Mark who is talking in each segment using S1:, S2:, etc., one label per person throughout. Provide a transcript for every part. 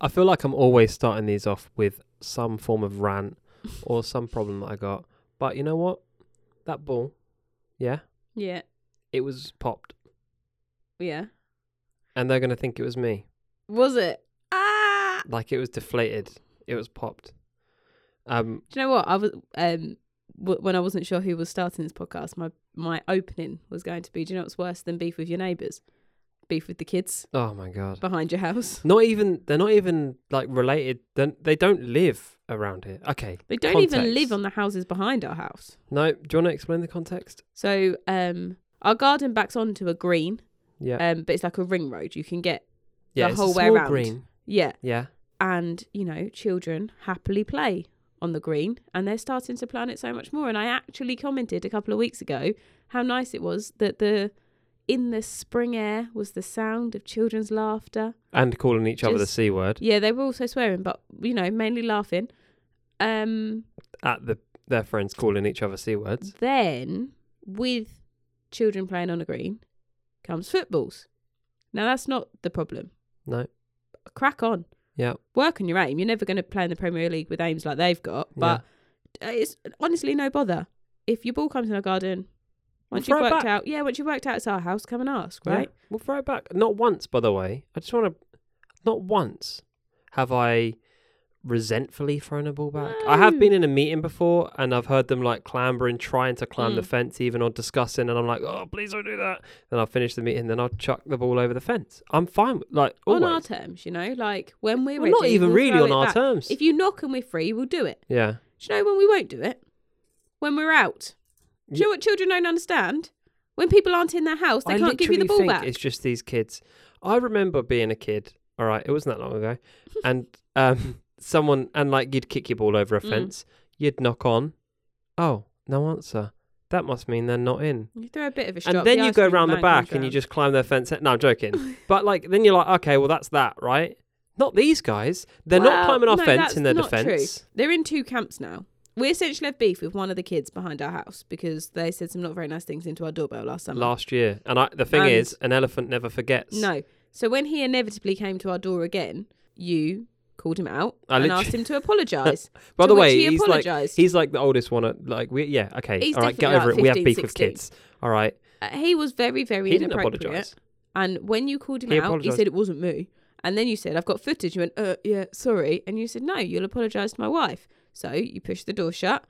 S1: I feel like I'm always starting these off with some form of rant or some problem that I got. But you know what? That ball, yeah,
S2: Yeah.
S1: it was popped,
S2: Yeah.
S1: and they're gonna think it was me.
S2: Was it? Ah.
S1: Like it was deflated. It was popped. Um,
S2: Do you know what? I was um w- when I wasn't sure who was starting this podcast, my my opening was going to be. Do you know what's worse than beef with your neighbours? Beef with the kids
S1: oh my god.
S2: behind your house.
S1: Not even they're not even like related. Then they don't live around here. Okay.
S2: They don't even
S1: Context.
S2: live on the houses behind our house.
S1: No. Do you want to explain the context?
S2: So um our garden backs onto a green,
S1: Yeah.
S2: um, but it's like a ring road. You can get
S1: yeah.
S2: the
S1: it's
S2: whole
S1: a
S2: way
S1: small
S2: round.
S1: green.
S2: yeah,
S1: Yeah.
S2: and you know children happily play on the green and they're starting to plan it so much more and i actually commented a couple of weeks ago how nice it was that the in the spring air was the sound of children's laughter
S1: And calling each other the
S2: Just-
S1: c word
S2: yeah they were also swearing but you know mainly laughing um
S1: at the their friends calling each other c words.
S2: then with children playing on a green comes footballs now that's not the problem
S1: No.
S2: crack on
S1: Yeah.
S2: work on your aim you're never going to play in the premier league with aims like they've got but
S1: Yeah.
S2: uh, it's honestly no bother. If your ball comes in our garden, once
S1: throw
S2: you've
S1: it
S2: worked
S1: back.
S2: out, yeah, once you've worked out it's our house, come and ask,
S1: Yeah.
S2: right?
S1: We'll throw it back. Not once, by the way. I just want to. Not once have I resentfully thrown a ball back. I have
S2: No.
S1: been in a meeting before and I've heard them like clambering, trying to climb the
S2: Mm.
S1: fence, even or discussing, and I'm like, oh, please don't do that. Then I'll finish the meeting, then I'll chuck the ball over the fence. I'm fine. with- Like, always.
S2: On our terms, you know, like when we're
S1: Well, not
S2: ready,
S1: even
S2: we'll
S1: really
S2: throw
S1: on
S2: it
S1: our
S2: back.
S1: terms.
S2: If you knock and we're free, we'll do it.
S1: yeah.
S2: Do you know when we won't do it? When we're out. Do you know what children don't understand? When people aren't in their house, they
S1: I
S2: can't give you the
S1: literally
S2: ball
S1: think
S2: back.
S1: It's just these kids. I remember being a kid. All right, it wasn't that long ago, and um, someone and like you'd kick your ball over a
S2: Mm.
S1: fence. You'd knock on. Oh, no answer. That must mean they're not in.
S2: You throw a bit of a
S1: And
S2: strop,
S1: then
S2: the
S1: you
S2: ice
S1: go
S2: cream
S1: round the
S2: man comes
S1: back and you
S2: round.
S1: just climb their fence. No, I'm joking. but like, then you're like, okay, well that's that, right? Not these guys. They're not
S2: Well,
S1: climbing our
S2: no,
S1: fence
S2: that's
S1: in their
S2: not true.
S1: defence.
S2: They're in two camps now. We essentially have beef with one of the kids behind our house because they said some not very nice things into our doorbell last summer.
S1: Last year, and I, the thing
S2: And-
S1: is, an elephant never forgets.
S2: No. So when he inevitably came to our door again, you called him out
S1: I
S2: and
S1: literally-
S2: asked him to apologise.
S1: By
S2: To
S1: the
S2: which
S1: way,
S2: he
S1: he's like
S2: apologised.
S1: he's like the oldest one. At, like we, yeah, okay,
S2: He's
S1: all right, get
S2: definitely
S1: over
S2: like
S1: it. We have
S2: 15,
S1: beef with
S2: 16.
S1: kids. All right,
S2: Uh, he was very, very
S1: he didn't
S2: inappropriate.
S1: apologise.
S2: And when you called him
S1: He
S2: out,
S1: apologised.
S2: he said it wasn't me. And then you said, I've got footage. You went, uh, yeah, sorry. And you said, no, you'll apologise to my wife. So you pushed the door shut,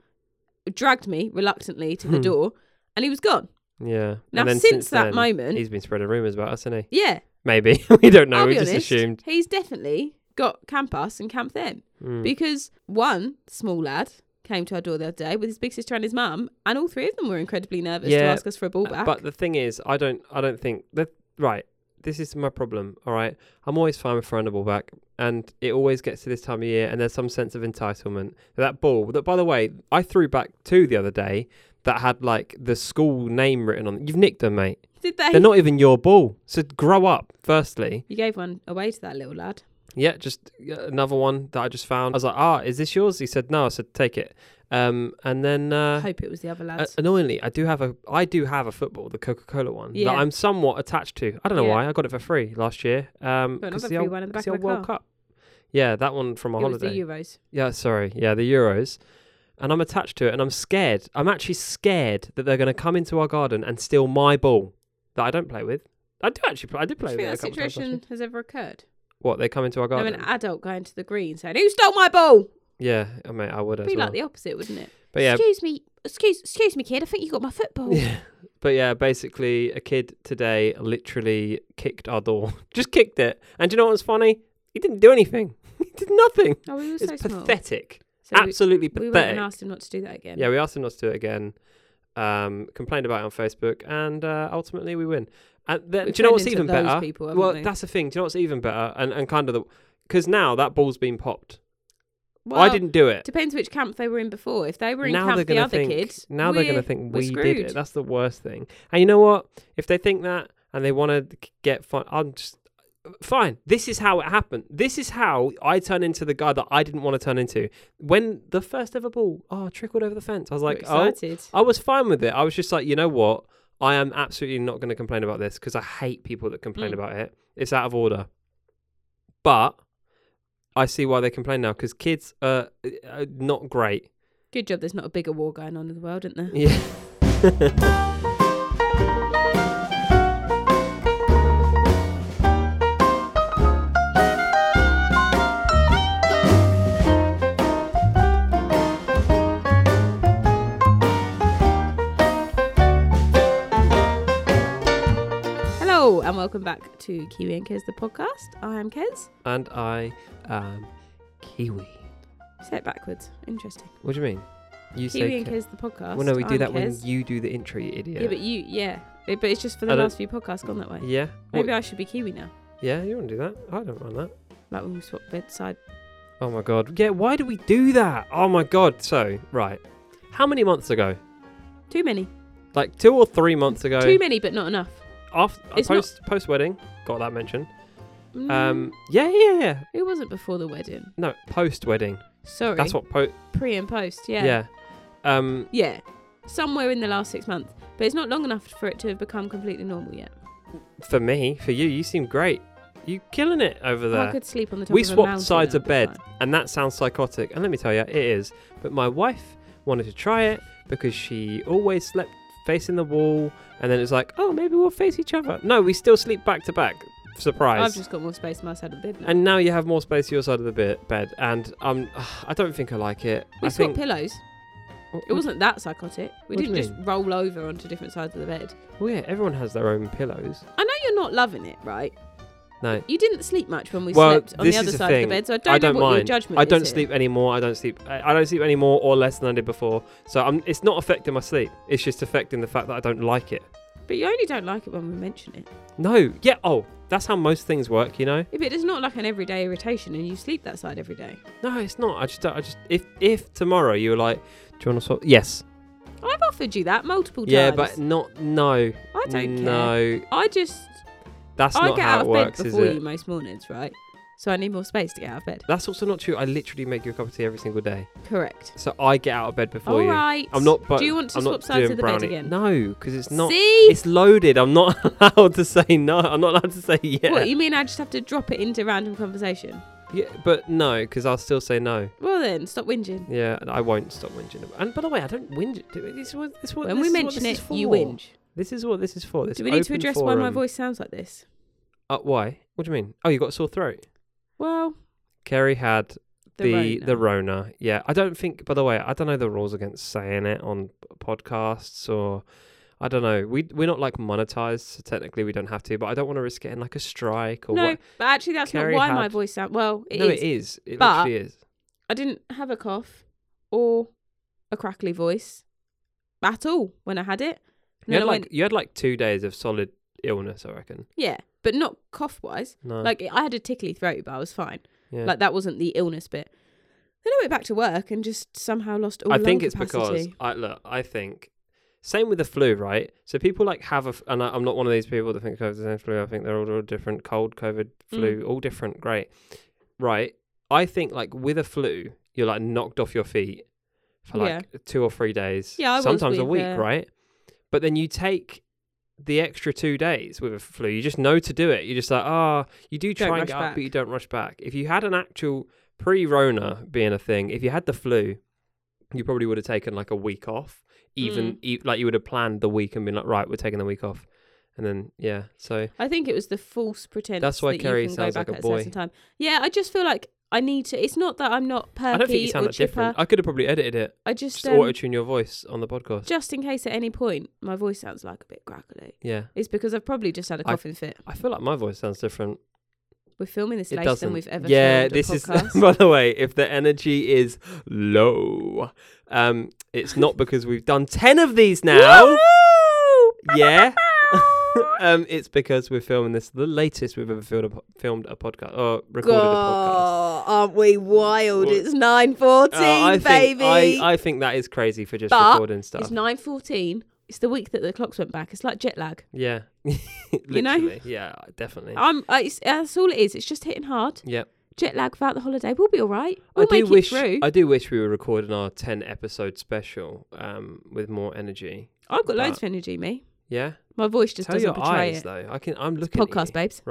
S2: dragged me reluctantly to the
S1: Hmm.
S2: door, and he was gone.
S1: Yeah.
S2: Now,
S1: and then
S2: since, that
S1: then,
S2: moment,
S1: he's been spreading rumours about us, hasn't he?
S2: yeah,
S1: Maybe we don't know.
S2: I'll
S1: we
S2: be
S1: just
S2: honest,
S1: assumed.
S2: he's definitely got camp us and camp them.
S1: Mm.
S2: Because one small lad came to our door the other day with his big sister and his mum, and all three of them were incredibly nervous to
S1: Yeah, uh,
S2: ask us for a ball back.
S1: But the thing is, I don't. I don't think that. Right. This is my problem. All right. I'm always fine with throwing the ball back, and it always gets to this time of year, and there's some sense of entitlement. That ball. That by the way, I threw back two the other day. That had like the school name written on. You've nicked them, mate.
S2: Did they?
S1: They're not even your ball. So grow up, firstly.
S2: you gave one away to that little lad.
S1: Yeah, just yeah, another one that I just found. I was like, ah, is this yours? He said, no. I said, take it. Um, and then
S2: I
S1: uh,
S2: hope it was the other
S1: uh,
S2: lads.
S1: annoyingly, I do have a, I do have a football, the Coca Cola one
S2: Yeah.
S1: that I'm somewhat attached to. I don't know
S2: Yeah.
S1: why. I got it for free last year. Um,
S2: Got
S1: 'cause the
S2: another free
S1: old,
S2: one in the
S1: 'cause
S2: back
S1: the
S2: of
S1: old
S2: my
S1: World
S2: car.
S1: Cup. Yeah, that one from a
S2: It was the
S1: holiday.
S2: Euros.
S1: Yeah, sorry. Yeah, the Euros. And I'm attached to it and I'm scared. I'm actually scared that they're going to come into our garden and steal my ball that I don't play with. I do actually play. I did
S2: Do
S1: play
S2: you
S1: with it a couple
S2: think that
S1: times last year.
S2: situation has ever occurred?
S1: What, they come into our
S2: Of
S1: garden?
S2: an adult going to the green saying, "Who stole my ball?"
S1: yeah, I mean, I would as
S2: Be
S1: well.
S2: like the opposite, wouldn't it?
S1: but yeah,
S2: Excuse me, excuse, excuse me, kid. I think you got my football.
S1: yeah. But yeah, basically, a kid today literally kicked our door. Just kicked it. And do you know what's funny? He didn't do anything. he did nothing.
S2: Oh, we were
S1: It's
S2: so small.
S1: pathetic.
S2: So we-
S1: Absolutely
S2: we,
S1: pathetic.
S2: went and asked him not to do that again.
S1: Yeah, we asked him not to do it again. Um, complained about it on Facebook, and uh, ultimately we win. And then,
S2: We've
S1: do you know
S2: turned
S1: what's
S2: into
S1: even
S2: those
S1: better?
S2: people, haven't
S1: well,
S2: we?
S1: that's the thing. Do you know what's even better? And and kind of the because now that ball's been popped. I
S2: Well,
S1: didn't do it.
S2: Depends which camp they were in before. If they were in
S1: now they're
S2: camp the
S1: gonna
S2: other
S1: think.
S2: kids,
S1: now they're gonna
S2: we're-
S1: think
S2: we're
S1: we did it.
S2: screwed.
S1: That's the worst thing. And you know what? If they think that and they want to get fun, I'm just fine. This is how it happened. This is how I turn into the guy that I didn't want to turn into. When the first ever ball oh trickled over the fence, I was
S2: We're
S1: like, oh,
S2: excited.
S1: I was fine with it. I was just like, you know what? I am absolutely not going to complain about this because I hate people that complain
S2: Mm.
S1: about it. It's out of order. But I see why they complain now because kids are uh, uh, not great.
S2: Good job. There's not a bigger war going on in the world, isn't there?
S1: Yeah.
S2: Hello, and welcome back to Kiwi and Kez, the podcast. I am Kez.
S1: and I am Kiwi.
S2: Say it backwards. Interesting.
S1: What do you mean? You
S2: Kiwi and
S1: Ke-
S2: Kez, the podcast.
S1: Well, no, we do
S2: I'm
S1: that
S2: Kez.
S1: when you do the intro, you idiot.
S2: Yeah. but you, yeah. It- But it's just for
S1: I
S2: the
S1: don't-
S2: last few podcasts gone that way.
S1: yeah. What-
S2: Maybe I should be Kiwi now.
S1: yeah, you want to do that? I don't mind that.
S2: Like when we swap bedside.
S1: Oh my god. Yeah, why do we do that? Oh my god. So, right. How many months ago?
S2: Too many.
S1: Like two or three months ago.
S2: Too many, but not enough.
S1: after
S2: It's not-
S1: post post wedding, got that mention.
S2: Mm,
S1: Um yeah, yeah, yeah.
S2: it wasn't before the wedding.
S1: No, post wedding.
S2: Sorry.
S1: That's what po
S2: Pre and post, yeah.
S1: yeah. Um
S2: Yeah. Somewhere in the last six months. But it's not long enough for it to have become completely normal yet.
S1: for me, for you, you seem great. You killing it over
S2: I
S1: there.
S2: could sleep on the top
S1: We
S2: of a
S1: swapped
S2: mountain
S1: sides
S2: now,
S1: of bed,
S2: that's fine.
S1: and that sounds psychotic. And let me tell you, it is. But my wife wanted to try it because she always slept facing the wall, and then it's like, oh, maybe we'll face each other. No, we still sleep back to back. Surprise!
S2: I've just got more space on my side of the bed now.
S1: And now you have more space to your side of the be- bed, and um, I don't think I like it.
S2: we
S1: I think
S2: swapped pillows. It wasn't that psychotic. We
S1: What do
S2: didn't
S1: you
S2: just roll over onto different sides of the bed.
S1: Well, yeah, everyone has their own pillows.
S2: I know you're not loving it, right?
S1: No,
S2: You didn't sleep much when we
S1: Well,
S2: slept on
S1: this
S2: the other
S1: is the
S2: side of
S1: thing.
S2: the bed, so I don't,
S1: I don't
S2: know what
S1: mind.
S2: your judgment
S1: I
S2: is
S1: don't
S2: here.
S1: sleep anymore. I don't sleep. I I don't sleep anymore or less than I did before. So I'm, it's not affecting my sleep. It's just affecting the fact that I don't like it.
S2: But you only don't like it when we mention it.
S1: No, yeah. Oh, that's how most things work, you know.
S2: If it is not like an everyday irritation and you sleep that side every day.
S1: No, it's not. I just, don't- I just. If if tomorrow you were like, do you want to swap? Yes.
S2: I've offered you that multiple times.
S1: Yeah, but not. No.
S2: I don't care.
S1: no.
S2: I just
S1: That's
S2: I
S1: not
S2: get
S1: how
S2: out
S1: it
S2: of
S1: works,
S2: bed
S1: is
S2: before
S1: it?
S2: you most mornings, right? So I need more space to get out of bed.
S1: That's also not true. I literally make you a cup of tea every single day.
S2: Correct.
S1: So I get out of bed before
S2: All
S1: you.
S2: right.
S1: I'm not. But
S2: Do you want to
S1: I'm
S2: swap
S1: not
S2: sides
S1: doing
S2: of the
S1: brownie.
S2: bed again?
S1: No, because it's not.
S2: See?
S1: It's loaded. I'm not allowed to say no. I'm not allowed to say yeah.
S2: What you mean? I just have to drop it into random conversation?
S1: yeah but no, because I'll still say no.
S2: Well then, stop whinging.
S1: Yeah, and I won't stop whinging. about- And by the way, I don't whinge. do it. This is what, this is what,
S2: when
S1: this
S2: we
S1: is what
S2: mention
S1: this
S2: it,
S1: is
S2: you
S1: for.
S2: whinge.
S1: This is what this is for. This
S2: Do we need to
S1: open
S2: address why my
S1: forum.
S2: voice sounds like this?
S1: Uh, why? What do you mean? Oh, you got a sore throat.
S2: Well,
S1: Kerry had the
S2: the Rona.
S1: the Rona. Yeah, I don't think. By the way, I don't know the rules against saying it on podcasts or I don't know. We we're not like monetized, so technically we don't have to. But I don't want to risk getting like a strike or
S2: no,
S1: what.
S2: but actually that's
S1: Kerry
S2: not why my
S1: had-
S2: voice sounds. Well, it is.
S1: no, it is. It
S2: But-
S1: literally is.
S2: I didn't have a cough or a crackly voice at all when I had it.
S1: You
S2: And then
S1: had
S2: I
S1: like
S2: went,
S1: you had like two days of solid illness, I reckon.
S2: yeah, but not cough wise.
S1: No,
S2: Like I had a tickly throat, but I was fine.
S1: yeah.
S2: Like that wasn't the illness bit. Then I went back to work and just somehow lost all.
S1: I think
S2: lung
S1: it's because
S2: capacity.
S1: I look. I think same with the flu, right? So people like have a, f- and I, I'm not one of these people that think COVID's the same flu. I think they're all, all different. Cold, COVID, flu,
S2: Mm.
S1: all different. Great, right? I think like with a flu, you're like knocked off your feet for like two or three days.
S2: Yeah, I was
S1: sometimes a
S2: with,
S1: week,
S2: uh,
S1: right? But then you take the extra two days with a flu. You just know to do it. You're just like, ah, you do
S2: Don't
S1: try and
S2: rush
S1: get up,
S2: back.
S1: but you don't rush back. If you had an actual pre-Rona being a thing, if you had the flu, you probably would have taken like a week off. Even
S2: Mm.
S1: e- like you would have planned the week and been like, right, we're taking the week off, and then yeah. So
S2: I think it was the false pretense.
S1: That's why
S2: that you
S1: Kerry
S2: can
S1: sounds
S2: go back
S1: like a
S2: at
S1: boy.
S2: certain time. Yeah, I just feel like I need to. It's not that I'm not perky
S1: I don't think you sound
S2: or
S1: that different.
S2: chipper.
S1: I could have probably edited it,
S2: I just,
S1: just
S2: um,
S1: auto tune your voice on the podcast.
S2: just in case at any point my voice sounds like a bit crackly.
S1: yeah,
S2: It's because I've probably just had a
S1: I-
S2: coughing fit.
S1: I feel like my voice sounds different.
S2: We're filming this
S1: it
S2: later
S1: doesn't.
S2: than we've ever.
S1: yeah,
S2: filmed a
S1: this is.
S2: podcast.
S1: By the way, if the energy is low, um, it's not because we've done ten of these now.
S2: Woo!
S1: yeah. um, it's because we're filming this the latest we've ever filmed a, po- filmed a podcast or recorded a podcast.
S2: God, aren't we wild?
S1: Well,
S2: It's nine fourteen,
S1: Uh, I think
S2: baby.
S1: I, I think that is crazy for just
S2: But
S1: recording stuff.
S2: It's nine fourteen. It's the week that the clocks went back. It's like jet lag.
S1: yeah,
S2: You know?
S1: literally. Yeah, definitely.
S2: I'm. I, it's, that's all it is. It's just hitting hard.
S1: Yep.
S2: Jet lag without the holiday. We'll be all right. We'll
S1: I do
S2: make it
S1: wish
S2: through.
S1: I do wish we were recording our ten episode special um, with more energy.
S2: I, have got loads
S1: but-
S2: of energy. Me.
S1: Yeah,
S2: My voice just
S1: Uh, tell
S2: doesn't
S1: your
S2: portray
S1: eyes
S2: it.
S1: though. I can. I'm looking. at you.
S2: Podcast, babes.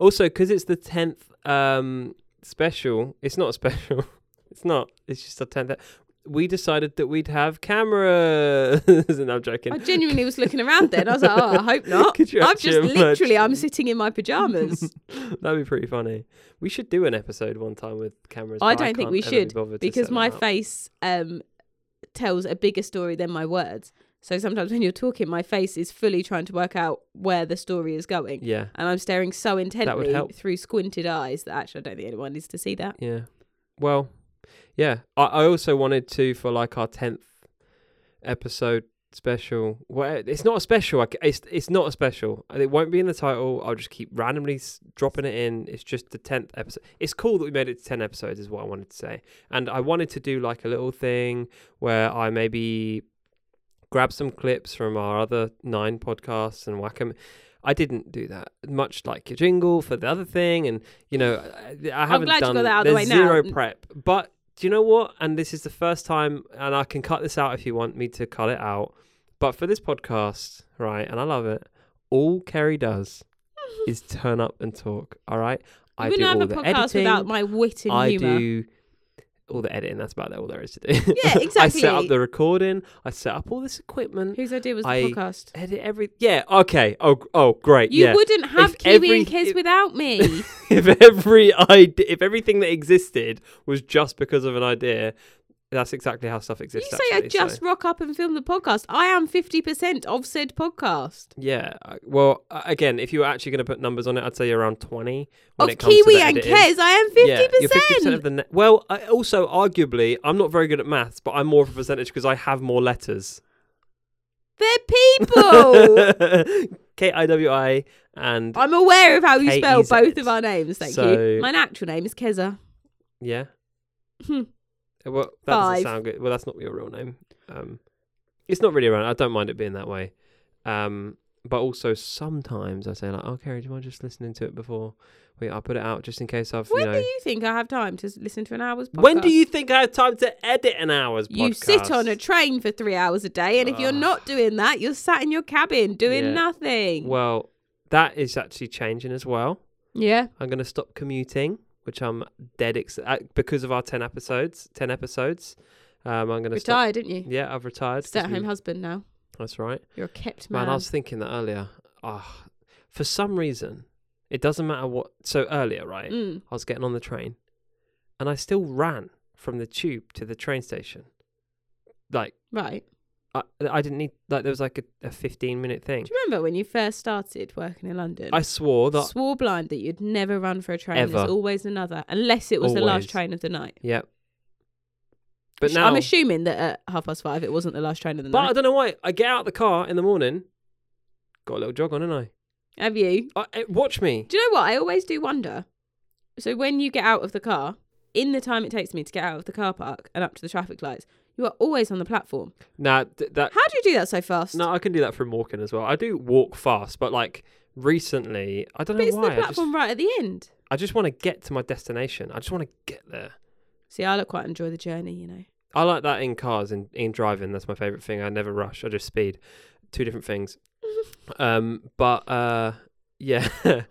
S1: Also, because it's the tenth um, special. It's not special. It's not. It's just a ten. That we decided that we'd have cameras. and I'm joking.
S2: I genuinely was looking around then. I was like, oh, I hope not.
S1: Could you
S2: I'm just
S1: actually
S2: literally,
S1: imagine?
S2: I'm sitting in my pajamas
S1: That'd be pretty funny. We should do an episode one time with cameras.
S2: I
S1: but
S2: don't
S1: can't
S2: think we
S1: ever be
S2: should,
S1: bothered to
S2: because
S1: set
S2: my
S1: that up.
S2: face um, tells a bigger story than my words. So sometimes when you're talking, my face is fully trying to work out where the story is going.
S1: Yeah,
S2: And I'm staring so intently
S1: help.
S2: through squinted eyes that actually I don't think anyone needs to see that.
S1: yeah. Well, yeah. I, I also wanted to for like our tenth episode special. Well, it's not a special. I c it's it's not a special. And It won't be in the title. I'll just keep randomly s- dropping it in. It's just the tenth episode. It's cool that we made it to ten episodes. Is what I wanted to say. And I wanted to do like a little thing where I maybe grab some clips from our other nine podcasts and whack 'em. I didn't do that much like your jingle for the other thing, and you know, I, I haven't
S2: glad you
S1: done
S2: got that out of the
S1: there's
S2: way now.
S1: zero prep. But do you know what? And this is the first time, and I can cut this out if you want me to cut it out. But for this podcast, right, and I love it. All Kerry does is turn up and talk. All right, I
S2: you
S1: do
S2: wouldn't have
S1: all
S2: a
S1: the
S2: podcast
S1: editing.
S2: without my wit and
S1: I
S2: humour.
S1: do all the editing. That's about all there is to do.
S2: Yeah,
S1: I set up
S2: exactly.
S1: the recording. I set up all this equipment.
S2: Whose idea was the
S1: I-
S2: podcast?
S1: Edit every. Yeah. Okay. Oh. g- Oh. Great.
S2: You
S1: yeah.
S2: wouldn't have
S1: If
S2: Kiwi
S1: every-
S2: and Kez
S1: if-
S2: without me.
S1: if every idea, if everything that existed was just because of an idea, that's exactly how stuff
S2: you
S1: exists.
S2: say I
S1: actually, so-
S2: just rock up and film the podcast. I am 50% of said podcast.
S1: Yeah. I- Well, uh, again, if you were actually going to put numbers on it, I'd say you're around twenty. When
S2: Of
S1: it comes to
S2: Kiwi
S1: the
S2: and
S1: editing.
S2: Kez, I am 50%.
S1: Yeah, you're 50% of the net. Well, I, also, arguably, I'm not very good at maths, but I'm more of a percentage because I have more letters.
S2: They're people.
S1: K I W I and
S2: I'm aware of how you spell
S1: K-E-Z.
S2: both of our names. Thank
S1: So-
S2: you. My natural name is Keza.
S1: yeah. uh,
S2: Hmm.
S1: Well, that
S2: Five.
S1: doesn't sound good. Well, that's not your real name. Um, it's not really around. I don't mind it being that way. Um, but also sometimes I say like, "Oh, Kerry, do you mind just listening to it before we? I put it out just in case I've
S2: When
S1: you
S2: do
S1: know."
S2: you think I have time to listen to an hour's podcast?
S1: when do you think I have time to edit an hour's podcast?
S2: You sit on a train for three hours a day, and if you're
S1: Ugh.
S2: not doing that, you're sat in your cabin doing
S1: Yeah.
S2: nothing.
S1: well, that is actually changing as well.
S2: yeah.
S1: I'm going to stop commuting, which I'm dead ex- uh, because of our ten episodes. Ten episodes. Um, I'm going to stop.
S2: Retired, didn't you?
S1: Yeah, I've retired. 'cause
S2: Stay at home
S1: we-
S2: husband now.
S1: That's right.
S2: You're a kept
S1: Man,
S2: man.
S1: I was thinking that earlier. Ah, for some reason, it doesn't matter what. So earlier, right?
S2: Mm.
S1: I was getting on the train, and I still ran from the tube to the train station. Like
S2: Right.
S1: I, I didn't need like there was like a, a fifteen minute thing.
S2: Do you remember when you first started working in London?
S1: Mm. I swore that.
S2: swore blind that you'd never run for a train.
S1: Ever.
S2: There's always another, unless it was the
S1: Always.
S2: last train of the night.
S1: Yeah. But
S2: Sh-
S1: now,
S2: I'm assuming that at half past five, it wasn't the last train of the
S1: but I
S2: night.
S1: don't know why. I get out the car in the morning, got a little jog on, and
S2: Have you?
S1: I, I watch me.
S2: Do you know what? I always do wonder. So when you get out of the car, in the time it takes me to get out of the car park and up to the traffic lights, you are always on the platform.
S1: Nah, th- that
S2: How do you do that so fast?
S1: No, I can do that from walking as well. I do walk fast, but like recently, I don't
S2: but
S1: know
S2: it's
S1: why.
S2: the
S1: I just,
S2: platform right at the end.
S1: I just want to get to my destination. I just want to get there.
S2: See, I don't quite enjoy the journey, you know.
S1: I like that in cars and in driving. That's my favorite thing. I never rush. I just speed. Two different things. um, but uh, yeah,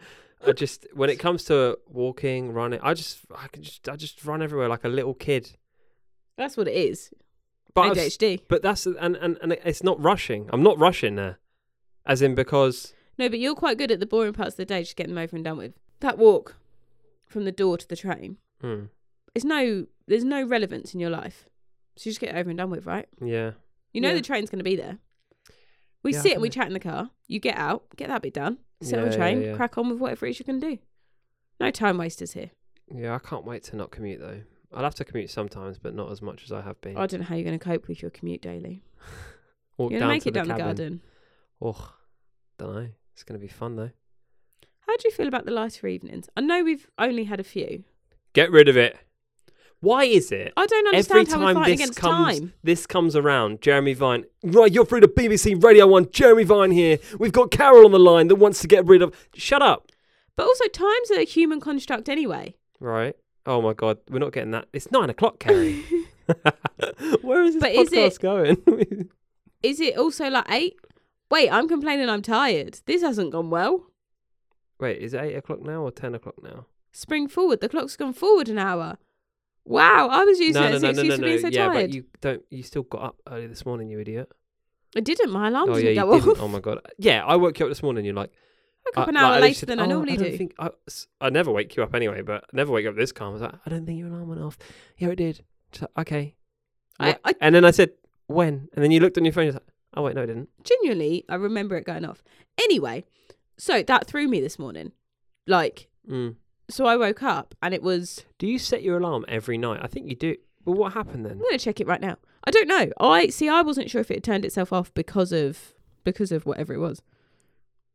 S1: I just when it comes to walking, running, I just I can just I just run everywhere like a little kid.
S2: That's what it is.
S1: But I've s-
S2: ADHD.
S1: but that's and, and and it's not rushing. I'm not rushing there, as in because
S2: No, but you're quite good at the boring parts of the day, just getting them over and done with. That walk from the door to the train,
S1: hmm,
S2: it's no, there's no relevance in your life. So you just get it over and done with, right?
S1: yeah.
S2: You know
S1: Yeah.
S2: the train's going to be there. We
S1: Yeah, I
S2: sit and we
S1: dunno.
S2: chat in the car. You get out, get that bit done, sit on
S1: Yeah,
S2: the
S1: yeah,
S2: train,
S1: yeah.
S2: crack on with whatever it is you can do. No time wasters here.
S1: Yeah, I can't wait to not commute though. I'll have to commute sometimes, but not as much as I have been.
S2: I don't know how you're going to cope with your commute daily.
S1: Walk
S2: you're
S1: down
S2: going to make
S1: to
S2: it down the
S1: cabin.
S2: garden.
S1: Ugh, don't know. It's gonna be fun though.
S2: How do you feel about the lighter evenings? I know we've only had a few.
S1: Get rid of it. Why is it
S2: I don't understand
S1: every
S2: how we're
S1: time
S2: fighting
S1: this
S2: against
S1: comes
S2: time.
S1: this comes around? Jeremy Vine, right? You're through to BBC Radio One. Jeremy Vine here. We've got Carol on the line that wants to get rid of. Shut up.
S2: But also, time's a human construct anyway.
S1: Right. Oh my God, we're not getting that. It's nine o'clock, Carrie. Where is this
S2: But is
S1: podcast
S2: it-
S1: going?
S2: Is it also like eight? Wait, I'm complaining I'm tired. This hasn't gone well.
S1: Wait, is it eight o'clock now or ten o'clock now?
S2: spring forward. The clock's gone forward an hour. Wow, I was using
S1: no,
S2: it
S1: no,
S2: as
S1: no,
S2: an
S1: no,
S2: excuse
S1: no,
S2: for
S1: no.
S2: being so
S1: yeah,
S2: tired.
S1: but you don't. You still got up early this morning, you idiot.
S2: I didn't. My alarm
S1: oh yeah,
S2: didn't
S1: you
S2: go off.
S1: didn't. Oh my god. Yeah, I woke you up this morning. You're like,
S2: woke up
S1: I-
S2: an
S1: like,
S2: hour
S1: I literally
S2: later
S1: said,
S2: than
S1: "Oh,
S2: I normally
S1: don't
S2: do.
S1: Think I, s- I never wake you up anyway, but I never wake you up this calm. I was like, I don't think your alarm went off. Yeah, it did. She's like, okay.
S2: I,
S1: What-
S2: I
S1: and then I said, when? And then you looked on your phone. You're like, oh wait, no, it didn't.
S2: genuinely I remember it going off. Anyway, so that threw me this morning. Like,
S1: Mm.
S2: so I woke up and it was
S1: Do you set your alarm every night? I think you do. Well, what happened then?
S2: I'm gonna check it right now. I don't know. I see. I wasn't sure if it had turned itself off because of because of whatever it was.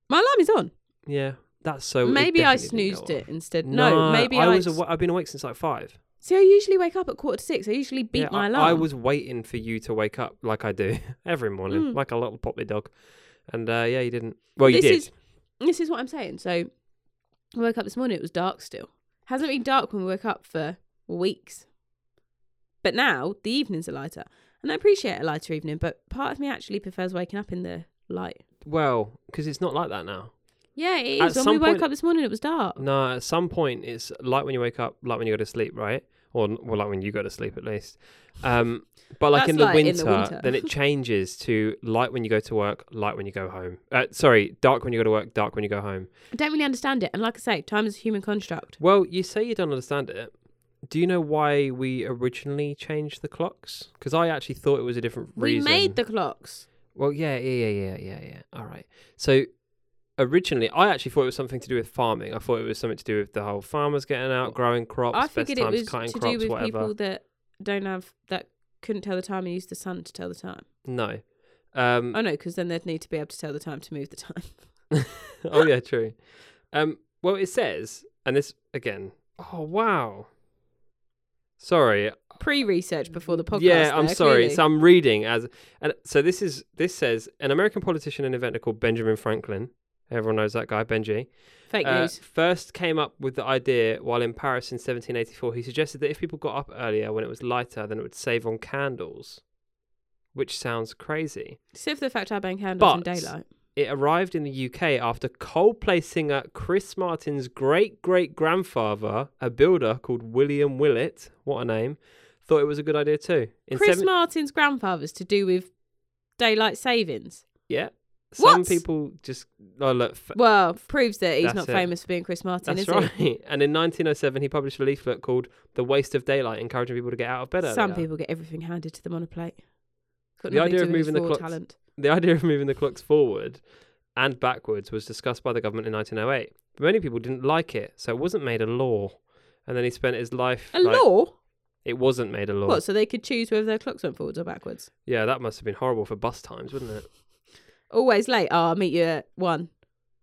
S2: My alarm is on.
S1: Yeah, that's so. Oh, it
S2: maybe I
S1: definitely didn't go
S2: snoozed it
S1: off.
S2: instead. No, maybe I.
S1: I was.
S2: s-
S1: awa- I've been awake since like five.
S2: see, I usually wake up at quarter to six. I usually beat
S1: Yeah,
S2: my
S1: I-
S2: alarm.
S1: I was waiting for you to wake up like I do every morning,
S2: Mm.
S1: like a little poppy dog. And uh, yeah, you didn't. Well, you
S2: This
S1: did.
S2: is- This is what I'm saying. So, I woke up this morning. It was dark still. Hasn't been dark when we woke up for weeks. But now the evenings are lighter, and I appreciate a lighter evening. But part of me actually prefers waking up in the light.
S1: Well, because it's not like that now.
S2: Yeah, it
S1: At
S2: is. When
S1: some
S2: we woke
S1: point-
S2: up this morning, it was dark.
S1: No, at some point it's like when you wake up, like when you go to sleep, right? Or n- well, like when you go to sleep at least. Um, but like,
S2: That's
S1: in the,
S2: like
S1: winter,
S2: in the winter.
S1: then it changes to light when you go to work, light when you go home. Uh, sorry, dark when you go to work, dark when you go home.
S2: I don't really understand it. And like I say, time is a human construct.
S1: Well, you say you don't understand it. Do you know why we originally changed the clocks? Because I actually thought it was a different reason.
S2: We made the clocks.
S1: Well, yeah, yeah, yeah, yeah, yeah, yeah. All right. So originally, I actually thought it was something to do with farming. I thought it was something to do with the whole farmers getting out, growing crops,
S2: I
S1: best
S2: figured it
S1: times
S2: was
S1: cutting
S2: to
S1: crops,
S2: do with
S1: whatever.
S2: people that don't have that couldn't tell the time and use the sun to tell the time.
S1: No. Um,
S2: Oh no, because then they'd need to be able to tell the time to move the time.
S1: oh yeah, true. Um, well, it says, and this again. Oh wow. Sorry.
S2: Pre-research before the podcast.
S1: yeah, I'm
S2: there,
S1: sorry.
S2: clearly.
S1: So I'm reading as, and so this is this says an American politician and inventor called Benjamin Franklin. Everyone knows that guy, Benji.
S2: Fake
S1: uh,
S2: news.
S1: First came up with the idea while in Paris in 1784. He suggested that if people got up earlier when it was lighter, then it would save on candles, which sounds crazy.
S2: Except for the fact I bang candles in
S1: but-
S2: daylight.
S1: It arrived in the UK after Coldplay singer Chris Martin's great great grandfather, a builder called William Willett, what a name, thought it was a good idea too. In
S2: Chris
S1: seven-
S2: Martin's grandfather's to do with daylight savings.
S1: yeah. Some
S2: What?
S1: people just oh look, f-
S2: Well, proves that he's
S1: That's
S2: not
S1: it.
S2: famous for being Chris Martin,
S1: That's
S2: is
S1: right. And in 1907, he published a leaflet called "The Waste of Daylight," encouraging people to get out of bed
S2: he?
S1: earlier.
S2: Some people get everything handed to them on a plate. It's got
S1: The
S2: nothing
S1: idea
S2: to
S1: of
S2: do with
S1: moving the
S2: raw
S1: clocks-
S2: talent.
S1: The idea of moving the clocks forward and backwards was discussed by the government in 1908. But many people didn't like it, so it wasn't made a law. And then he spent his life.
S2: A
S1: like-
S2: law.
S1: It wasn't made a law.
S2: What? So they could choose whether their clocks went forwards or backwards.
S1: Yeah, that must have been horrible for bus times, wouldn't it?
S2: Always late. Oh, I'll meet you at one.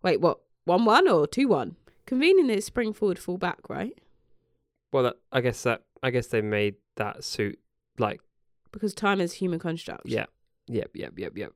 S2: Wait, what? One one or two one? Convenient is spring forward, fall back, right?
S1: Well, that, I guess that I guess they made that suit like
S2: Because time is a human construct.
S1: yeah, yep, yep, yep, yep.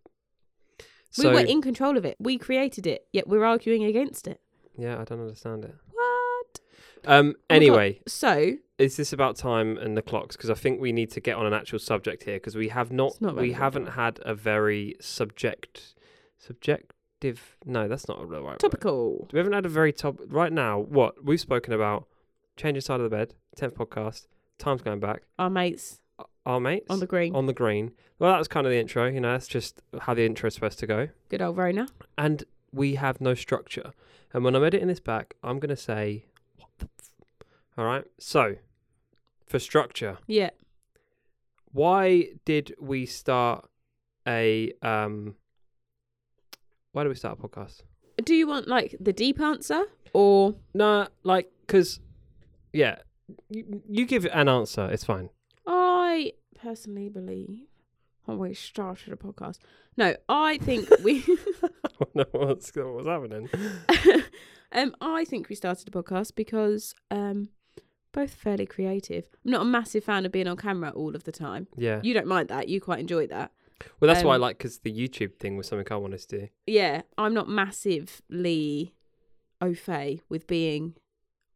S2: We
S1: so
S2: were in control of it. We created it, yet we're arguing against it.
S1: yeah, I don't understand it.
S2: What?
S1: Um.
S2: Oh my God.
S1: Anyway,
S2: So
S1: is this about time and the clocks? Because I think we need to get on an actual subject here because we have not,
S2: It's not
S1: we
S2: relevant,
S1: haven't
S2: no.
S1: had a very subject, subjective. No, that's not a real right. Word.
S2: topical.
S1: We haven't had a very top right now. What we've spoken about: changing side of the bed, tenth podcast, time's going back,
S2: Our mates
S1: uh, our mates
S2: on the green.
S1: on the green. Well, that was kind of the intro. You know, that's just how the intro is supposed to go.
S2: Good old Rona.
S1: And we have no structure. And when I'm editing this back, I'm gonna say, what the f-? all right. So, for structure.
S2: Yeah.
S1: why did we start a um why did we start a podcast
S2: Do you want like the deep answer or
S1: no like because yeah you, you give an answer it's fine
S2: I personally believe when we started a podcast. No, I think we
S1: no what's what was happening
S2: um, I think we started a podcast because um, both fairly creative. I'm not a massive fan of being on camera all of the time.
S1: yeah
S2: You don't mind that. You quite enjoy that.
S1: well that's why i
S2: um,
S1: like because the youtube thing was something i wanted to do
S2: Yeah, I'm not massively au fait with being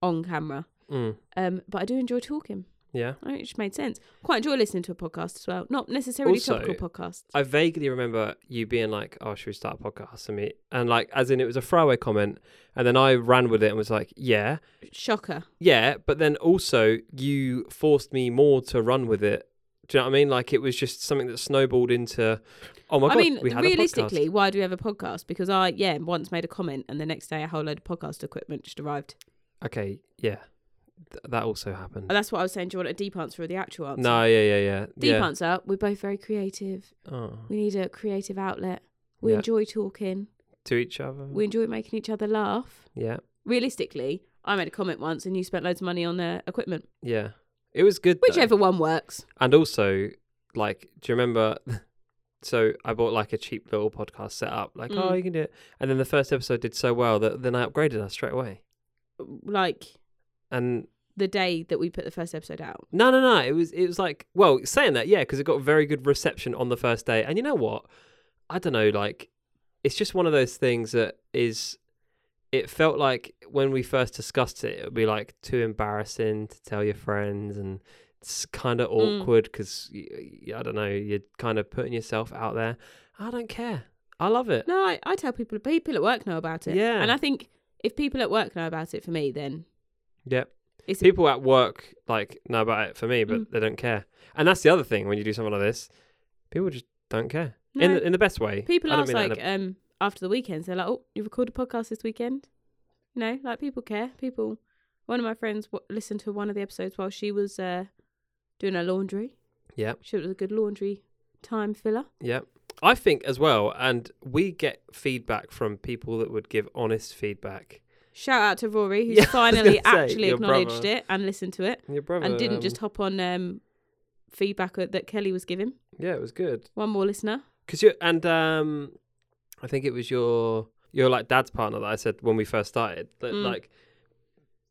S2: on camera,
S1: mm.
S2: um, but I do enjoy talking.
S1: Yeah.
S2: I think it just made sense. Quite enjoy listening to a podcast as well. Not necessarily
S1: Also-
S2: topical podcasts.
S1: I vaguely remember you being like, "Oh, should we start a podcast?" And me, and like, as in, it was a throwaway comment, and then I ran with it and was like, "Yeah,
S2: Shocker.
S1: yeah," but then also you forced me more to run with it. Do you know what I mean? Like, it was just something that snowballed into. Oh my
S2: I
S1: god!
S2: mean,
S1: we had
S2: realistically,
S1: a podcast.
S2: why do we have a podcast? Because I, yeah, once made a comment, and the next day a whole load of podcast equipment just arrived.
S1: okay, yeah, Th- that also happened.
S2: And that's what I was saying. Do you want a deep answer or the actual answer?
S1: No, yeah, yeah, yeah,
S2: Deep
S1: yeah.
S2: answer. We're both very creative.
S1: Oh,
S2: We need a creative outlet. We
S1: Yeah.
S2: enjoy talking.
S1: to each other.
S2: We enjoy making each other laugh.
S1: yeah,
S2: Realistically, I made a comment once, and you spent loads of money on uh, equipment.
S1: yeah. It was good. though.
S2: Whichever one works.
S1: And also, like, do you remember? So I bought like a cheap little podcast setup, like, oh,
S2: Mm.
S1: you can do it. And then the first episode did so well that then I upgraded us straight away.
S2: Like
S1: And
S2: the day that we put the first episode out.
S1: no, no, no, it was it was like, well, saying that, yeah, because it got very good reception on the first day. And you know what? I don't know, like, it's just one of those things that is. It felt like when we first discussed it, it would be like too embarrassing to tell your friends, and it's kind of
S2: Mm.
S1: awkward because I don't know, you're kind of putting yourself out there. I don't care. I love it.
S2: No, I, I tell people. People at work know about it.
S1: Yeah.
S2: And I think if people at work know about it, for me, then
S1: Yep.
S2: it's a
S1: People at work like know about it for me, but
S2: Mm.
S1: they don't care. And that's the other thing when you do something like this, people just don't care. in
S2: No.
S1: the, in the best way.
S2: People
S1: I don't
S2: ask
S1: mean that in
S2: like um after the weekends, they're like, "Oh, you record a podcast this weekend?" No, like people care. People. One of my friends w- listened to one of the episodes while she was uh doing her laundry.
S1: Yeah.
S2: she was a good laundry time filler.
S1: a, yeah. I think as well, and we get feedback from people that would give honest feedback.
S2: Shout out to Rory who's
S1: Yeah, I was
S2: finally
S1: gonna say,
S2: actually
S1: your
S2: acknowledged
S1: brother. Um,
S2: it and listened to it
S1: Your brother
S2: and didn't just hop on um feedback uh, that Kelly was giving.
S1: yeah, it was good.
S2: One more listener.
S1: Cause you and um, I think it was your your like dad's partner that I said when we first started that
S2: Mm.
S1: like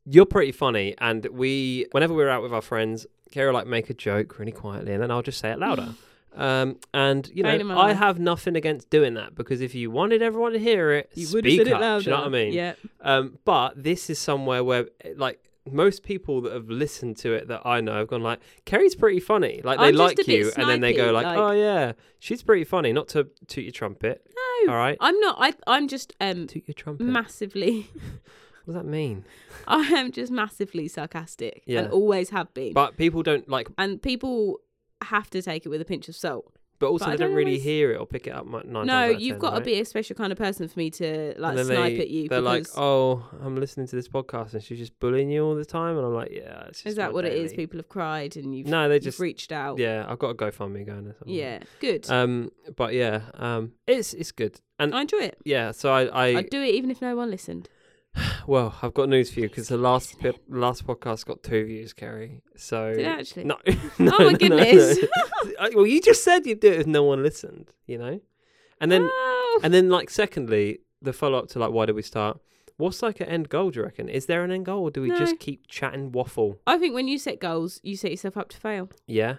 S1: you're pretty funny, and we whenever we're out with our friends, Kira will, like make a joke really quietly, and then I'll just say it louder. Um, and you
S2: Bane of
S1: know,
S2: my
S1: I
S2: life.
S1: have nothing against doing that because if you wanted everyone to hear it, speak up. Do you know what I mean?
S2: Yeah.
S1: Um, but this is somewhere where eh, like most people that have listened to it that I know have gone like Kerry's pretty funny. Like they
S2: I'm just
S1: like
S2: a bit
S1: you, and then they go
S2: snipey,
S1: like,
S2: like-
S1: oh yeah, she's pretty funny. Not to toot your trumpet.
S2: No.
S1: All right,
S2: I'm not. I. I'm just um
S1: toot your trumpet.
S2: massively.
S1: what does that mean?
S2: I am just massively sarcastic
S1: Yeah.
S2: and always have been.
S1: But people don't like.
S2: and people have to take it with a pinch of salt.
S1: But also
S2: But I
S1: they don't,
S2: don't
S1: really
S2: always-
S1: hear it or pick it up. mu- Nine
S2: no, you've got
S1: to
S2: to be a special kind of person for me to like
S1: and then
S2: snipe
S1: they,
S2: at you.
S1: They're like,
S2: because
S1: oh, I'm listening to this podcast and she's just bullying you all the time, and I'm like, yeah. It's just
S2: is that
S1: my
S2: what it is?
S1: daily."
S2: People have cried and you've,
S1: "Oh, No, they
S2: you've
S1: just
S2: reached out.
S1: yeah. I've got a GoFundMe going or something.
S2: Yeah, good.
S1: Um, but yeah, um, it's it's good, and
S2: I enjoy it.
S1: yeah. So I, I
S2: I'd do it even if no one listened.
S1: well, I've got news for you because the last
S2: Listening.
S1: bit, last podcast got two views, Kerry. So
S2: Did it actually?
S1: no,
S2: oh my goodness.
S1: I- well, you just said you'd do it if no one listened, you know. And then,
S2: Oh.
S1: and then, like, secondly, the follow up to like, why did we start? What's like an end goal? Do you reckon? Is there an end goal, or do we
S2: No.
S1: just keep chatting waffle?
S2: I think when you set goals, you set yourself up to fail.
S1: Yeah,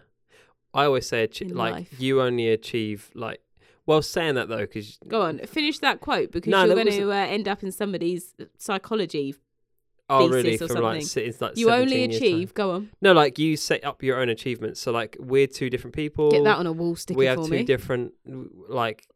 S1: I always say achi-
S2: In
S1: like
S2: life.
S1: you only achieve like. Well, saying that though, because
S2: Go on, finish that quote because
S1: No, that
S2: you're going to
S1: wasn't-
S2: uh, end up in somebody's psychology.
S1: Oh,
S2: thesis
S1: really?
S2: or
S1: From like,
S2: something.
S1: si- it's like
S2: You only
S1: 17 years' time.
S2: achieve. Go on,
S1: No, like you set up your own achievements. So like we're two different people.
S2: get that on a wall sticker
S1: we have
S2: for
S1: two
S2: me.
S1: different, like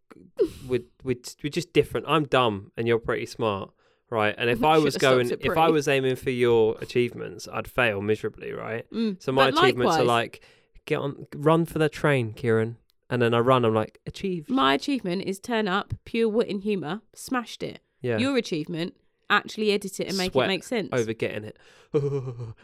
S1: we're, we're we're just different. I'm dumb and you're pretty smart, right? And if I
S2: Should've
S1: was
S2: stopped
S1: going,
S2: at
S1: if I
S2: pretty.
S1: was aiming for your achievements, I'd fail miserably, right?
S2: Mm.
S1: So my
S2: But
S1: achievements are
S2: likewise-
S1: like get on, run for the train, Kieran, and then I run. I'm like achieved.
S2: My achievement is turn up, pure wit and humour, smashed it.
S1: yeah,
S2: Your achievement, actually edit it and make
S1: Sweat
S2: it make sense.
S1: over getting it.
S2: But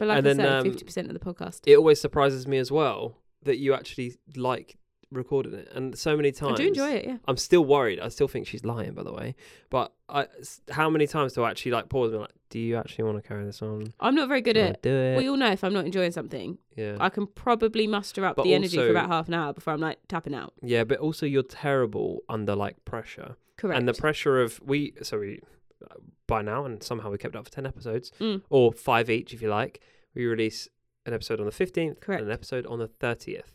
S2: like
S1: and
S2: I
S1: then
S2: said,
S1: um,
S2: fifty percent of the podcast.
S1: it always surprises me as well that you actually like recording it, and so many
S2: I
S1: times
S2: do enjoy it. Yeah,
S1: I'm still worried. I still think she's lying, by the way. But I, s- how many times do I actually like pause and be like, do you actually want to carry this on?
S2: I'm not very good
S1: Do you
S2: at.
S1: wanna Do it.
S2: We all know if I'm not enjoying something,
S1: yeah.
S2: I can probably muster up
S1: But
S2: the energy for
S1: also-
S2: about half an hour before I'm like tapping out.
S1: yeah, but also you're terrible under like pressure.
S2: Correct.
S1: And the pressure of, we, so we, uh, by now, and somehow we kept up for 10 episodes,
S2: Mm.
S1: or five each if you like, we release an episode on the 15th and
S2: Correct.
S1: an episode on the 30th.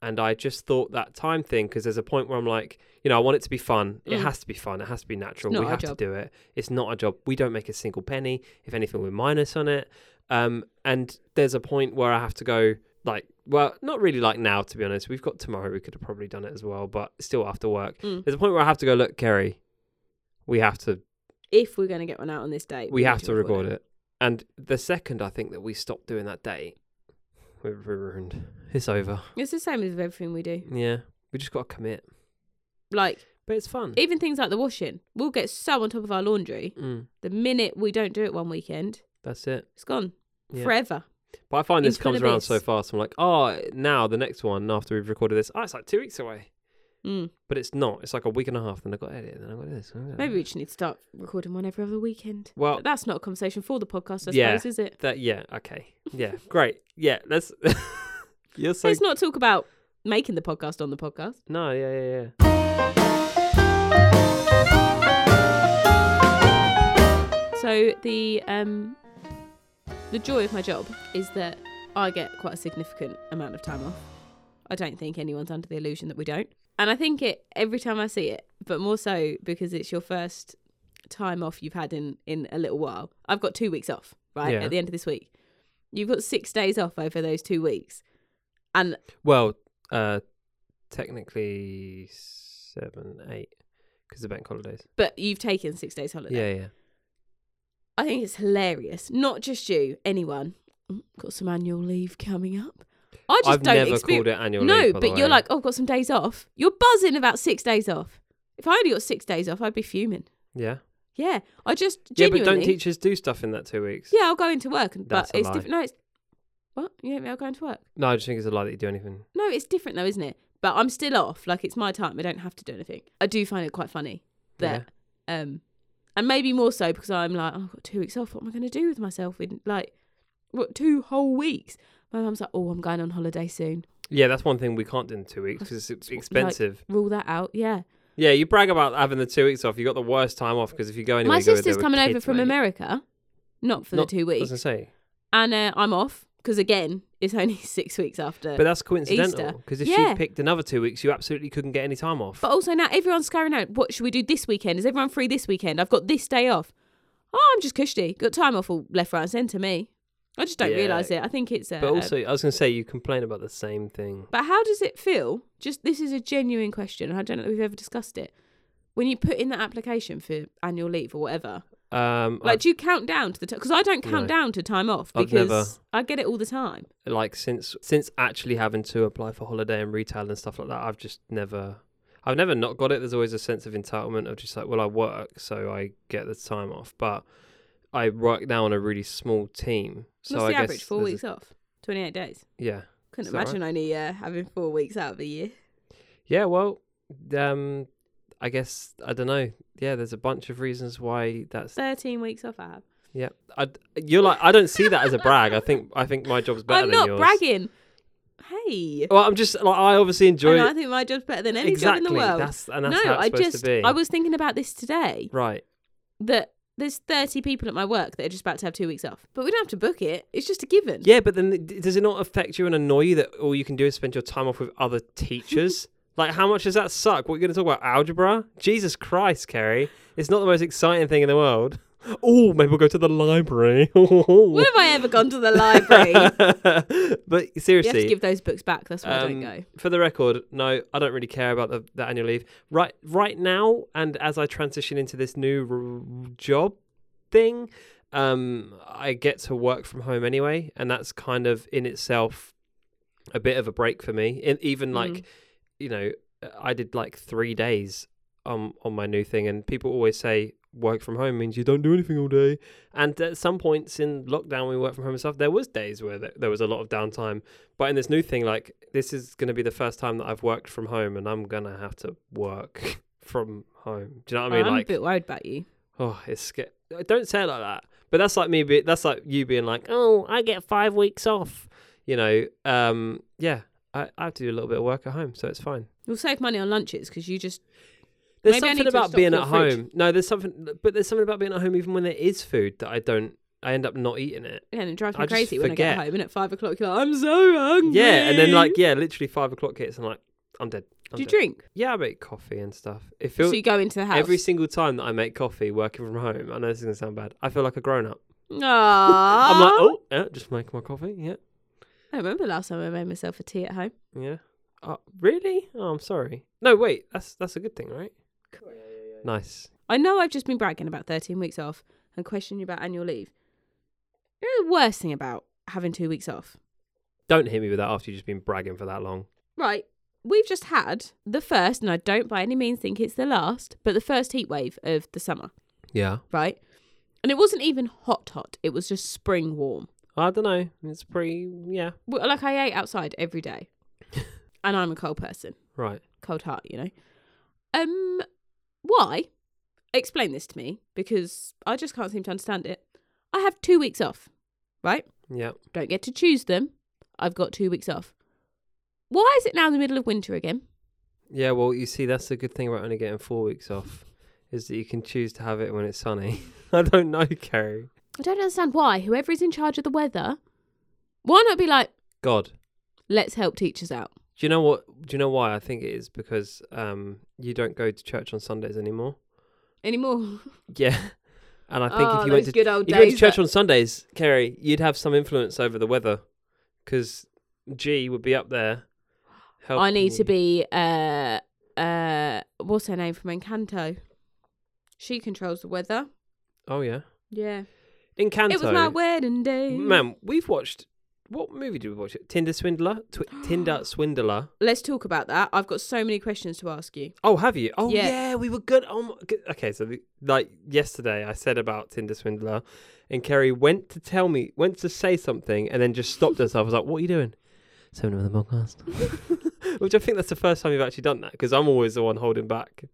S1: And I just thought that time thing because there's a point where I'm like, you know, I want it to be fun. It
S2: Mm.
S1: has to be fun. It has to be natural.
S2: not
S1: We
S2: our
S1: have
S2: job.
S1: to do it. It's not a job. We don't make a single penny. If anything, we're minus on it. Um, and there's a point where I have to go like, well, not really like now to be honest. We've got tomorrow. We could have probably done it as well, but still after work.
S2: Mm.
S1: There's a point where I have to go. Look, Kerry, we have to
S2: If we're going to get one out on this date,
S1: we have to record it. And the second I think that we stop doing that date, we're we're ruined. It's over.
S2: It's the same with everything we do.
S1: Yeah, we just got to commit.
S2: Like
S1: But it's fun.
S2: even things like the washing, we'll get so on top of our laundry.
S1: mm,
S2: The minute we don't do it one weekend,
S1: that's it.
S2: it's gone
S1: Yeah.
S2: forever.
S1: But I find this
S2: Into an
S1: comes around so
S2: abyss.
S1: fast. I'm like, oh, now the next one after we've recorded this, oh, it's like two weeks away.
S2: Mm.
S1: But it's not. It's like a week and a half. Then I got to edit. Then I got to this. then I gotta-
S2: Maybe we just need to start recording one every other weekend.
S1: Well,
S2: But that's not a conversation for the podcast, I
S1: Oh. Yeah.
S2: suppose, is it?
S1: that yeah, okay, yeah, great, yeah. Let's. You're so
S2: Let's not talk about making the podcast on the podcast.
S1: No, yeah, yeah,
S2: So the um the joy of my job is that I get quite a significant amount of time off. I don't think anyone's under the illusion that we don't. And I think it every time I see it, but more so because it's your first time off you've had in in a little while. I've got 2 weeks off, right?
S1: Yeah.
S2: At the end of this week. You've got 6 days off over those 2 weeks. And
S1: yeah. Well, uh, technically seven, eight, because the bank holidays.
S2: but you've taken 6 days holiday.
S1: Yeah, yeah.
S2: I think it's hilarious. Not just you, anyone. Mm, Got some annual leave coming up. I just
S1: I've
S2: don't
S1: never called
S2: experience
S1: it annual
S2: no,
S1: leave. by the
S2: but you're
S1: way.
S2: like, oh, I've got some days off. You're buzzing about six days off. If I only got six days off, I'd be fuming.
S1: yeah,
S2: Yeah, I just
S1: yeah.
S2: genuinely.
S1: But don't teachers do stuff in that two weeks?
S2: Yeah, I'll go into work, and, but
S1: That's a
S2: it's
S1: lie.
S2: different. No, it's what you don't mean I'll go into work.
S1: No, I just think it's a lie that you do anything.
S2: No, it's different though, isn't it? But I'm still off. Like it's my time. I don't have to do anything. I do find it quite funny that, um, and maybe more so because I'm like, oh, I've got two weeks off. What am I going to do with myself in like, what two whole weeks? My mum's like, oh, I'm going on holiday soon.
S1: Yeah, that's one thing we can't do in two weeks because it's expensive.
S2: Rule that out. Yeah.
S1: yeah, you brag about having the two weeks off. You got the worst time off because if you go anywhere,
S2: my
S1: you go with
S2: sister's
S1: their
S2: coming over
S1: kids,
S2: from
S1: mate.
S2: America, not for
S1: Not-
S2: the two
S1: I was
S2: weeks,
S1: gonna say,
S2: and uh, I'm off because again, it's only six weeks after.
S1: but
S2: But,
S1: that's coincidental because if
S2: Uh, Yeah.
S1: you picked another two weeks, you absolutely couldn't get any time off.
S2: also now everyone's scurrying out. What should we do this weekend? Is everyone free this weekend? I've got this day off. Oh, I'm just cushy. Got time off all left, right, and centre. Me, I just don't
S1: Yeah.
S2: realise it. I think it's. Uh,
S1: but also, I was gonna say you complain about the same thing.
S2: but how does it feel? Just this is a genuine question. and I don't know that we've ever discussed it. When you put in that application for annual leave or whatever,
S1: Um,
S2: like do you count down to the because I don't count
S1: No.
S2: down to time off
S1: I've
S2: because
S1: never-
S2: I get it all the time.
S1: like since since actually having to apply for holiday and retail and stuff like that i've just never i've never not got it there's always a sense of entitlement of just like well i work so i get the time off but i work now on a really small team so
S2: What's
S1: i
S2: the
S1: guess
S2: average? Four
S1: there's a-
S2: weeks off, twenty-eight days.
S1: yeah
S2: Couldn't
S1: Is that right?
S2: imagine only uh, having four weeks out of a year.
S1: yeah well um i guess i don't know yeah there's a bunch of reasons why that's
S2: Thirteen weeks off. I have.
S1: yeah I, you're like i don't see that as a brag i think i think my job's better
S2: I'm
S1: than
S2: not
S1: yours
S2: bragging. Hey,
S1: well i'm just like i obviously enjoy
S2: and I
S1: it
S2: think my job's better than any
S1: exactly
S2: job in the world.
S1: that's and that's
S2: no,
S1: how it's
S2: I
S1: supposed
S2: just
S1: to be
S2: I was thinking about this today
S1: right
S2: that there's thirty people at my work that are just about to have two weeks off, but we don't have to book it. It's just a given.
S1: Yeah, but then d- does it not affect you and annoy you that all you can do is spend your time off with other teachers? like, how much does that suck? What are you going to talk about? Algebra? Jesus Christ, Kerry. It's not the most exciting thing in the world. Oh, maybe we'll go to the library.
S2: When have I ever gone to the library? you
S1: but
S2: have to
S1: seriously,
S2: give those books back. That's why I don't
S1: um,
S2: go.
S1: for the record, no, I don't really care about the, the annual leave. Right, right now, and as I transition into this new r- job thing, um, I get to work from home anyway, and that's kind of in itself a bit of a break for me. And even like,
S2: Mhm.
S1: you know, I did like three days um on my new thing, and people always say work from home means you don't do anything all day. And at some points in lockdown, when we worked from home and stuff. There was days where th- there was a lot of downtime, but in this new thing, like this is going to be the first time that I've worked from home, and I'm gonna have to work from home. Do you know what I mean?
S2: am
S1: like,
S2: a bit worried about you.
S1: oh, it's sca- don't say it like that. But that's like me. Be- that's like you being like, oh, I get five weeks off. You know, um, yeah, I, I have to do a little bit of work at home, so it's fine.
S2: You'll save money on lunches because you just
S1: There's
S2: Maybe I
S1: something
S2: need to
S1: about
S2: stock
S1: being
S2: your
S1: at
S2: fridge.
S1: home. No, there's something, but there's something about being at home even when there is food that I don't I end up not eating it.
S2: And it drives me
S1: I just
S2: crazy when I get
S1: forget.
S2: home and at five o'clock you're like, I'm so hungry.
S1: Yeah, and then like yeah, literally five o'clock hits and like I'm dead. I'm
S2: Do you
S1: dead.
S2: drink?
S1: Yeah, I make coffee and stuff. It feels
S2: so you go into the house.
S1: every single time that I make coffee working from home. I know this is gonna sound bad. I feel like a grown up.
S2: Aww.
S1: I'm like, oh, yeah, just make my coffee. Yeah,
S2: I remember last time I made myself a tea at home.
S1: yeah. Uh, really? Oh, I'm sorry. No, wait. That's that's a good thing, right? Nice.
S2: I know I've just been bragging about 13 weeks off and questioning you about annual leave. You know the worst thing about having two weeks off?
S1: Don't hit me with that after you've just been bragging for that long.
S2: Right, we've just had the first, and I don't by any means think it's the last, but the first heat wave of the summer,
S1: Yeah.
S2: right? And it wasn't even hot, hot. It was just spring warm.
S1: I don't know. It's pretty. Yeah.
S2: Well, Like I ate outside every day, and I'm a cold person,
S1: Right.
S2: cold heart, you know. Um, why? Explain this to me because I just can't seem to understand it. I have two weeks off, right?
S1: Yeah.
S2: Don't get to choose them. I've got two weeks off. Why is it now the middle of winter again?
S1: Yeah. Well, you see, that's the good thing about only getting four weeks off, is that you can choose to have it when it's sunny. I don't know, Kerry.
S2: I don't understand why. Whoever is in charge of the weather, why not be like,
S1: God.
S2: let's help teachers out?
S1: Do you know what? Do you know why? I think it is because um, you don't go to church on Sundays anymore.
S2: Anymore?
S1: Yeah. And I think
S2: oh,
S1: if you went
S2: those
S1: to
S2: good
S1: if
S2: old
S1: you went to
S2: days
S1: church
S2: that-
S1: on Sundays, Kerry, you'd have some influence over the weather, because G would be up there. Helping
S2: I need to
S1: you.
S2: be uh uh what's her name from Encanto? She controls the weather.
S1: Oh yeah,
S2: Yeah.
S1: Encanto.
S2: It was my wedding day.
S1: Ma'am, we've watched. What movie did we watch? Tinder Swindler. Twi- Tinder Swindler.
S2: Let's talk about that. I've got so many questions to ask you.
S1: Oh, have you? Oh
S2: Yeah.
S1: yeah, we were good. Oh my, good. okay. So the, like yesterday, I said about Tinder Swindler, and Kerry went to tell me, went to say something, and then just stopped herself. I was like, "What are you doing?" Seven of the podcast. Which I think that's the first time you've actually done that because I'm always the one holding back,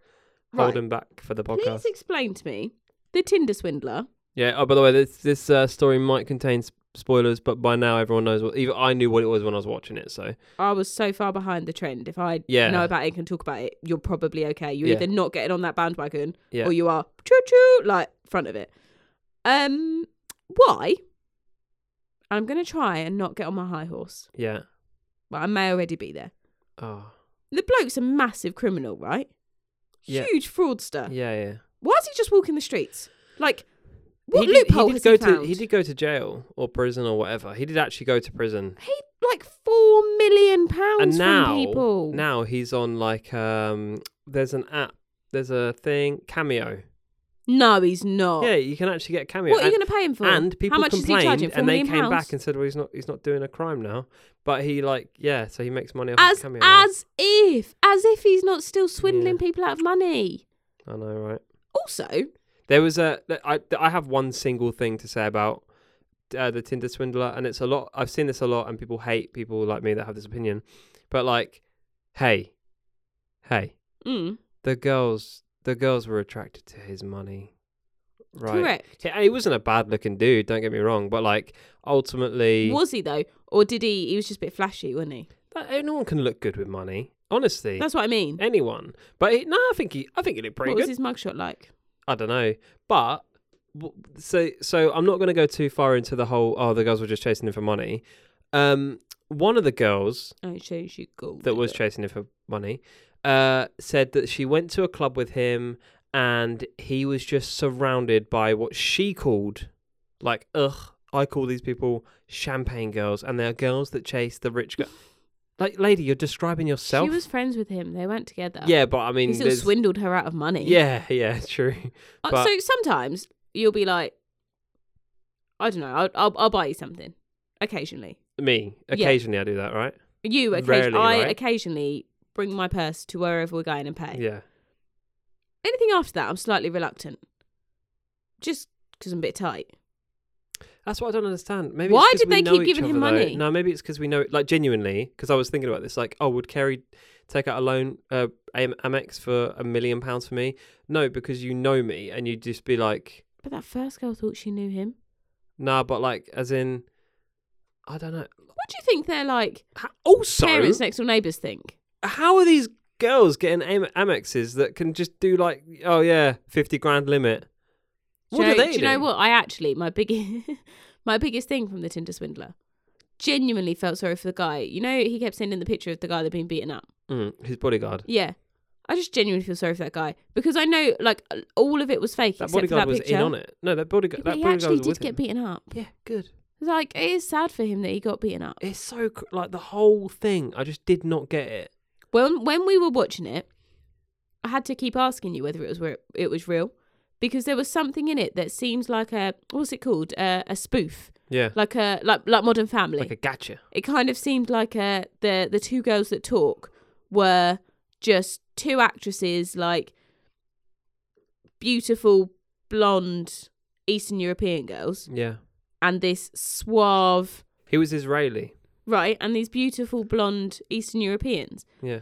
S1: holding back for the podcast.
S2: Please explain to me the Tinder swindler.
S1: Yeah. Oh, by the way, this this uh, story might contain s- spoilers, but by now everyone knows what. Even I knew what it was when I was watching it. So
S2: I was so far behind the trend. If I
S1: Yeah.
S2: know about it and can talk about it, you're probably okay. You're
S1: Yeah.
S2: either not getting on that bandwagon
S1: Yeah.
S2: or you are choo choo like front of it. Um why? I'm gonna try and not get on my high horse.
S1: yeah.
S2: But I may already be there.
S1: Oh.
S2: The bloke's a massive criminal, right?
S1: Yeah.
S2: Huge fraudster.
S1: Yeah. Yeah.
S2: Why is he just walking the streets? Like, what
S1: he did,
S2: loophole
S1: he did
S2: has
S1: go
S2: he
S1: to
S2: found?
S1: he did go to jail or prison or whatever. He did actually go to prison.
S2: He like four million pounds
S1: and now
S2: from people.
S1: now he's on like um there's an app, there's a thing, Cameo.
S2: no, he's not.
S1: Yeah, you can actually get Cameo.
S2: Oh. what are you
S1: and,
S2: going to pay him for?
S1: and people
S2: How much is he
S1: complained
S2: charging? Four
S1: and they
S2: million
S1: came
S2: pounds?
S1: back and said well he's not he's not doing a crime now, but he like yeah, so he makes money off his
S2: as
S1: Cameo. now.
S2: as if as if he's not still swindling
S1: Yeah.
S2: people out of money.
S1: I know, right?
S2: Also,
S1: There was a th- I th- I have one single thing to say about uh, the Tinder swindler, and it's a lot. I've seen this a lot, and people hate people like me that have this opinion. But like, hey, hey,
S2: mm,
S1: the girls, the girls were attracted to his money, right?
S2: correct.
S1: Yeah, and he wasn't a bad looking dude. Don't get me wrong, but like, ultimately,
S2: Was he though, or did he? He was just a bit flashy, wasn't he?
S1: that- anyone uh, can look good with money. Honestly,
S2: That's what I mean.
S1: anyone. But he, no, I think he, I think he looked pretty
S2: What
S1: good.
S2: was his mugshot like?
S1: I don't know, but w- so so I'm not going to go too far into the whole. Oh, the girls were just chasing him for money. Um, one of the girls
S2: Oh, she, she gold.
S1: that was chasing him for money uh, said that she went to a club with him and he was just surrounded by what she called, like, ugh, I call these people champagne girls, and they are girls that chase the rich girl. like, lady, you're describing yourself.
S2: She was friends with him. They weren't together.
S1: yeah, but I mean,
S2: he still
S1: there's-
S2: swindled her out of money.
S1: yeah, yeah, true.
S2: Uh,
S1: but-
S2: so sometimes you'll be like, I don't know. I'll I'll, I'll buy you something occasionally.
S1: Me, occasionally I do that, right?
S2: You occasionally.
S1: Rarely,
S2: I
S1: right?
S2: occasionally bring my purse to wherever we're going and pay.
S1: Yeah.
S2: Anything after that, I'm slightly reluctant. Just because I'm a bit tight.
S1: That's what I don't understand. Maybe
S2: Why
S1: it's 'cause
S2: did
S1: we
S2: they
S1: know
S2: keep
S1: each
S2: giving him
S1: other, though.
S2: money?
S1: No, maybe it's because we know, like, genuinely. Because I was thinking about this, like, oh, would Kerry take out a loan, uh, Am- Amex for a million pounds for me? No, because you know me, and you'd just be like,
S2: But that first girl thought she knew him.
S1: nah, but like, as in, I don't know.
S2: What do you think they're like?
S1: H- Also,
S2: Parents, next door neighbours think.
S1: how are these girls getting Am- Amexes that can just do like, oh yeah, fifty grand limit?
S2: Do
S1: What
S2: you
S1: do
S2: know,
S1: they
S2: you know
S1: do?
S2: what? I actually my big my biggest thing from the Tinder swindler genuinely felt sorry for the guy. You know, he kept sending the picture of the guy that had been beaten up.
S1: Mm, his bodyguard.
S2: Yeah. I just genuinely feel sorry for that guy because I know like all of it was fake
S1: That
S2: except for
S1: bodyguard
S2: that
S1: was
S2: picture.
S1: in on it. No, that bodyguard.
S2: but
S1: that
S2: he
S1: bodyguard
S2: actually
S1: was with
S2: did get
S1: him.
S2: beaten up.
S1: Yeah, good.
S2: Like it is sad for him that he got beaten up.
S1: It's so cr- like the whole thing. I just did not get it.
S2: When when we were watching it, I had to keep asking you whether it was re- it was real because there was something in it that seemed like a what's it called uh, a spoof
S1: Yeah,
S2: like a like like Modern Family.
S1: like a gotcha.
S2: it kind of seemed like a the the two girls that talk were just two actresses like beautiful blonde Eastern European girls
S1: Yeah,
S2: and this suave
S1: he was Israeli.
S2: right and these beautiful blonde Eastern Europeans
S1: Yeah,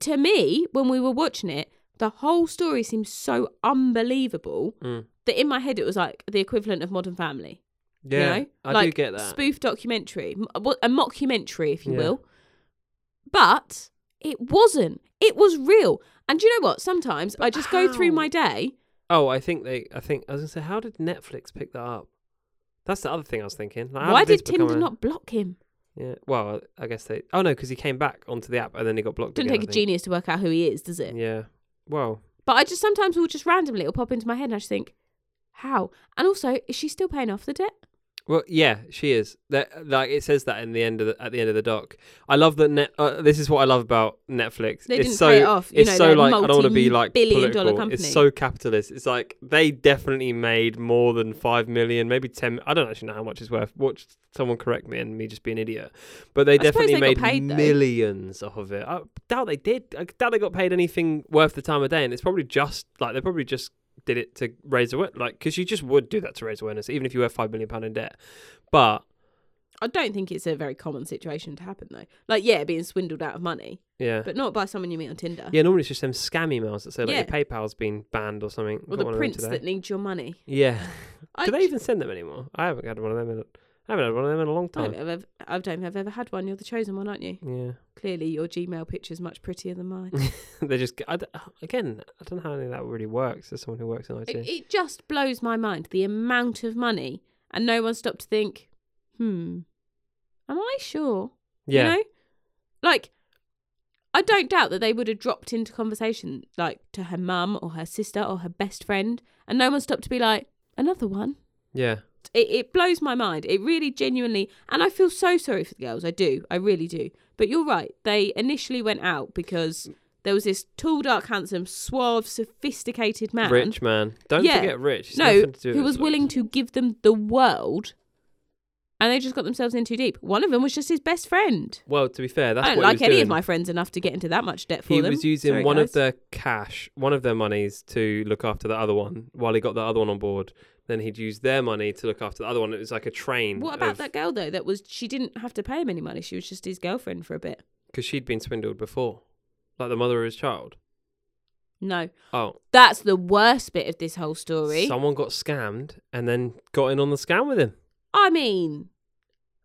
S2: to me, when we were watching it, the whole story seemed so unbelievable
S1: Mm.
S2: that in my head it was like the equivalent of Modern Family. you
S1: yeah.
S2: know?
S1: I
S2: like,
S1: do get that.
S2: Spoof documentary, m- what- a mockumentary, if you
S1: Yeah.
S2: will. But it wasn't. It was real. And do you know what? Sometimes I just go through
S1: how?
S2: my day.
S1: oh, I think they. I think I was gonna say, how did Netflix pick that up? That's the other thing I was thinking. Like, how
S2: Why
S1: this
S2: did
S1: become
S2: Tinder
S1: a-
S2: not block him?
S1: Yeah. Well, I guess they. Oh no, because he came back onto the app and then he got blocked.
S2: Doesn't
S1: again,
S2: take a
S1: I think.
S2: genius to work out who he is, does it?
S1: Yeah. Well,
S2: But I just sometimes will just randomly it'll pop into my head and I just think, how? And also, is she still paying off the debt?
S1: Well, yeah, she is. That like it says that in the end of the, at the end of the doc. I love that. Net, uh, this is what I love about Netflix.
S2: They
S1: it's
S2: didn't
S1: so
S2: pay it off, you
S1: it's
S2: know,
S1: so
S2: they're
S1: like I don't want to be like
S2: multi-billion dollar
S1: political.
S2: company.
S1: It's so capitalist. It's like they definitely made more than five million, maybe ten. I don't actually know how much it's worth. Watch someone correct me and me just be an idiot. But they
S2: I suppose
S1: definitely
S2: they
S1: made
S2: got paid, though.
S1: millions off of it. I doubt they did. I doubt they got paid anything worth the time of day. And it's probably just like they probably just did it to raise awareness. Like because you just would do that to raise awareness, even if you were five million pound in debt. But
S2: I don't think it's a very common situation to happen though. Like, yeah, being swindled out of money,
S1: yeah.
S2: but not by someone you meet on Tinder.
S1: yeah, normally it's just them scam emails that say like
S2: Yeah.
S1: your PayPal's been banned or something.
S2: Or
S1: Got
S2: the
S1: one of them
S2: prince
S1: today.
S2: that needs your money.
S1: Yeah.
S2: I,
S1: Do they even send them anymore? I haven't had one of them in a, I haven't had one of them in a long
S2: I don't,
S1: time.
S2: think I've ever, I don't think I've ever had one. You're the chosen one, aren't you?
S1: Yeah.
S2: Clearly, your Gmail picture's much prettier than mine.
S1: they just I d again, I don't know how any of that really works as someone who works in IT.
S2: it, it just blows my mind the amount of money, and no one stopped to think, hmm, am I sure?
S1: yeah.
S2: You know? Like, I don't doubt that they would have dropped into conversation, like to her mum or her sister or her best friend, and no one stopped to be like, another one.
S1: Yeah.
S2: It, it blows my mind. It really genuinely, and I feel so sorry for the girls. I do. I really do. But you're right. They initially went out because there was this tall, dark, handsome, suave, sophisticated man.
S1: Rich man. Don't
S2: Yeah.
S1: forget rich. It's
S2: No,
S1: nothing to do
S2: who
S1: with
S2: was
S1: looks.
S2: willing to give them the world, and they just got themselves in too deep. One of them was just his best friend.
S1: Well, to be fair, that's
S2: I don't
S1: what
S2: like
S1: he was
S2: any
S1: doing.
S2: of my friends enough to get into that much debt for
S1: he
S2: them.
S1: was using
S2: Sorry,
S1: one
S2: guys.
S1: of their cash, one of their monies to look after the other one while he got the other one on board. Then he'd use their money to look after the other one. It was like a train.
S2: What about
S1: of,
S2: that girl though? That was she didn't have to pay him any money. She was just his girlfriend for a bit.
S1: Because she'd been swindled before, like the mother of his child.
S2: No,
S1: Oh,
S2: that's the worst bit of this whole story.
S1: someone got scammed and then got in on the scam with him.
S2: I mean,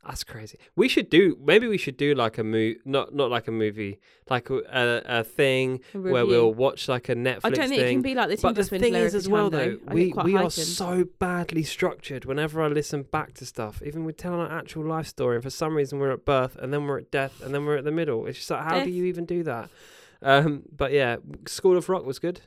S1: That's crazy. We should do. Maybe we should do like a movie, not not like a movie, like a, a, a thing
S2: a
S1: where
S2: review.
S1: we'll watch like a Netflix
S2: I don't think it
S1: thing.
S2: can be like this.
S1: but the thing is, as well, though,
S2: I
S1: we
S2: get quite
S1: we are
S2: heightened.
S1: so badly structured. Whenever I listen back to stuff, even we're telling our actual life story, and for some reason we're at birth, and then we're at death, and then we're at the middle. It's just like, how
S2: Death.
S1: do you even do that? Um, but yeah, School of Rock was good.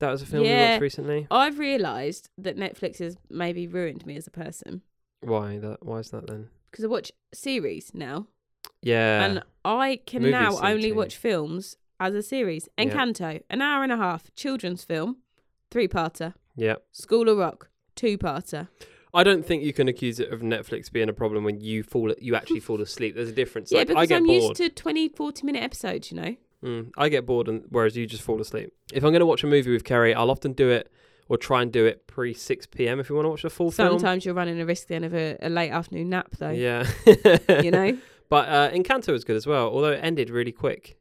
S1: That was a film we
S2: Yeah.
S1: watched recently.
S2: I've realised that Netflix has maybe ruined me as a person
S1: Why that? Why is that then?
S2: because I watch series now,
S1: Yeah,
S2: and I can
S1: Movies
S2: now
S1: seem
S2: only
S1: to.
S2: watch films as a series.
S1: Yeah.
S2: Encanto, an hour and a half, children's film, three-parter.
S1: yeah.
S2: School of Rock, two-parter.
S1: I don't think you can accuse it of Netflix being a problem when you fall, you actually fall asleep. There's a difference.
S2: yeah,
S1: like,
S2: because
S1: I get
S2: I'm
S1: bored.
S2: used to 20, 40 minute episodes, you know.
S1: Mm, I get bored, and whereas you just fall asleep. If I'm going to watch a movie with Kerry, I'll often do it or try and do it pre 6 p.m. if we want to watch the full film.
S2: Sometimes you're running a risk then of a, a late afternoon nap, though.
S1: Yeah.
S2: You know?
S1: But uh, Encanto was good as well, although it ended really quick.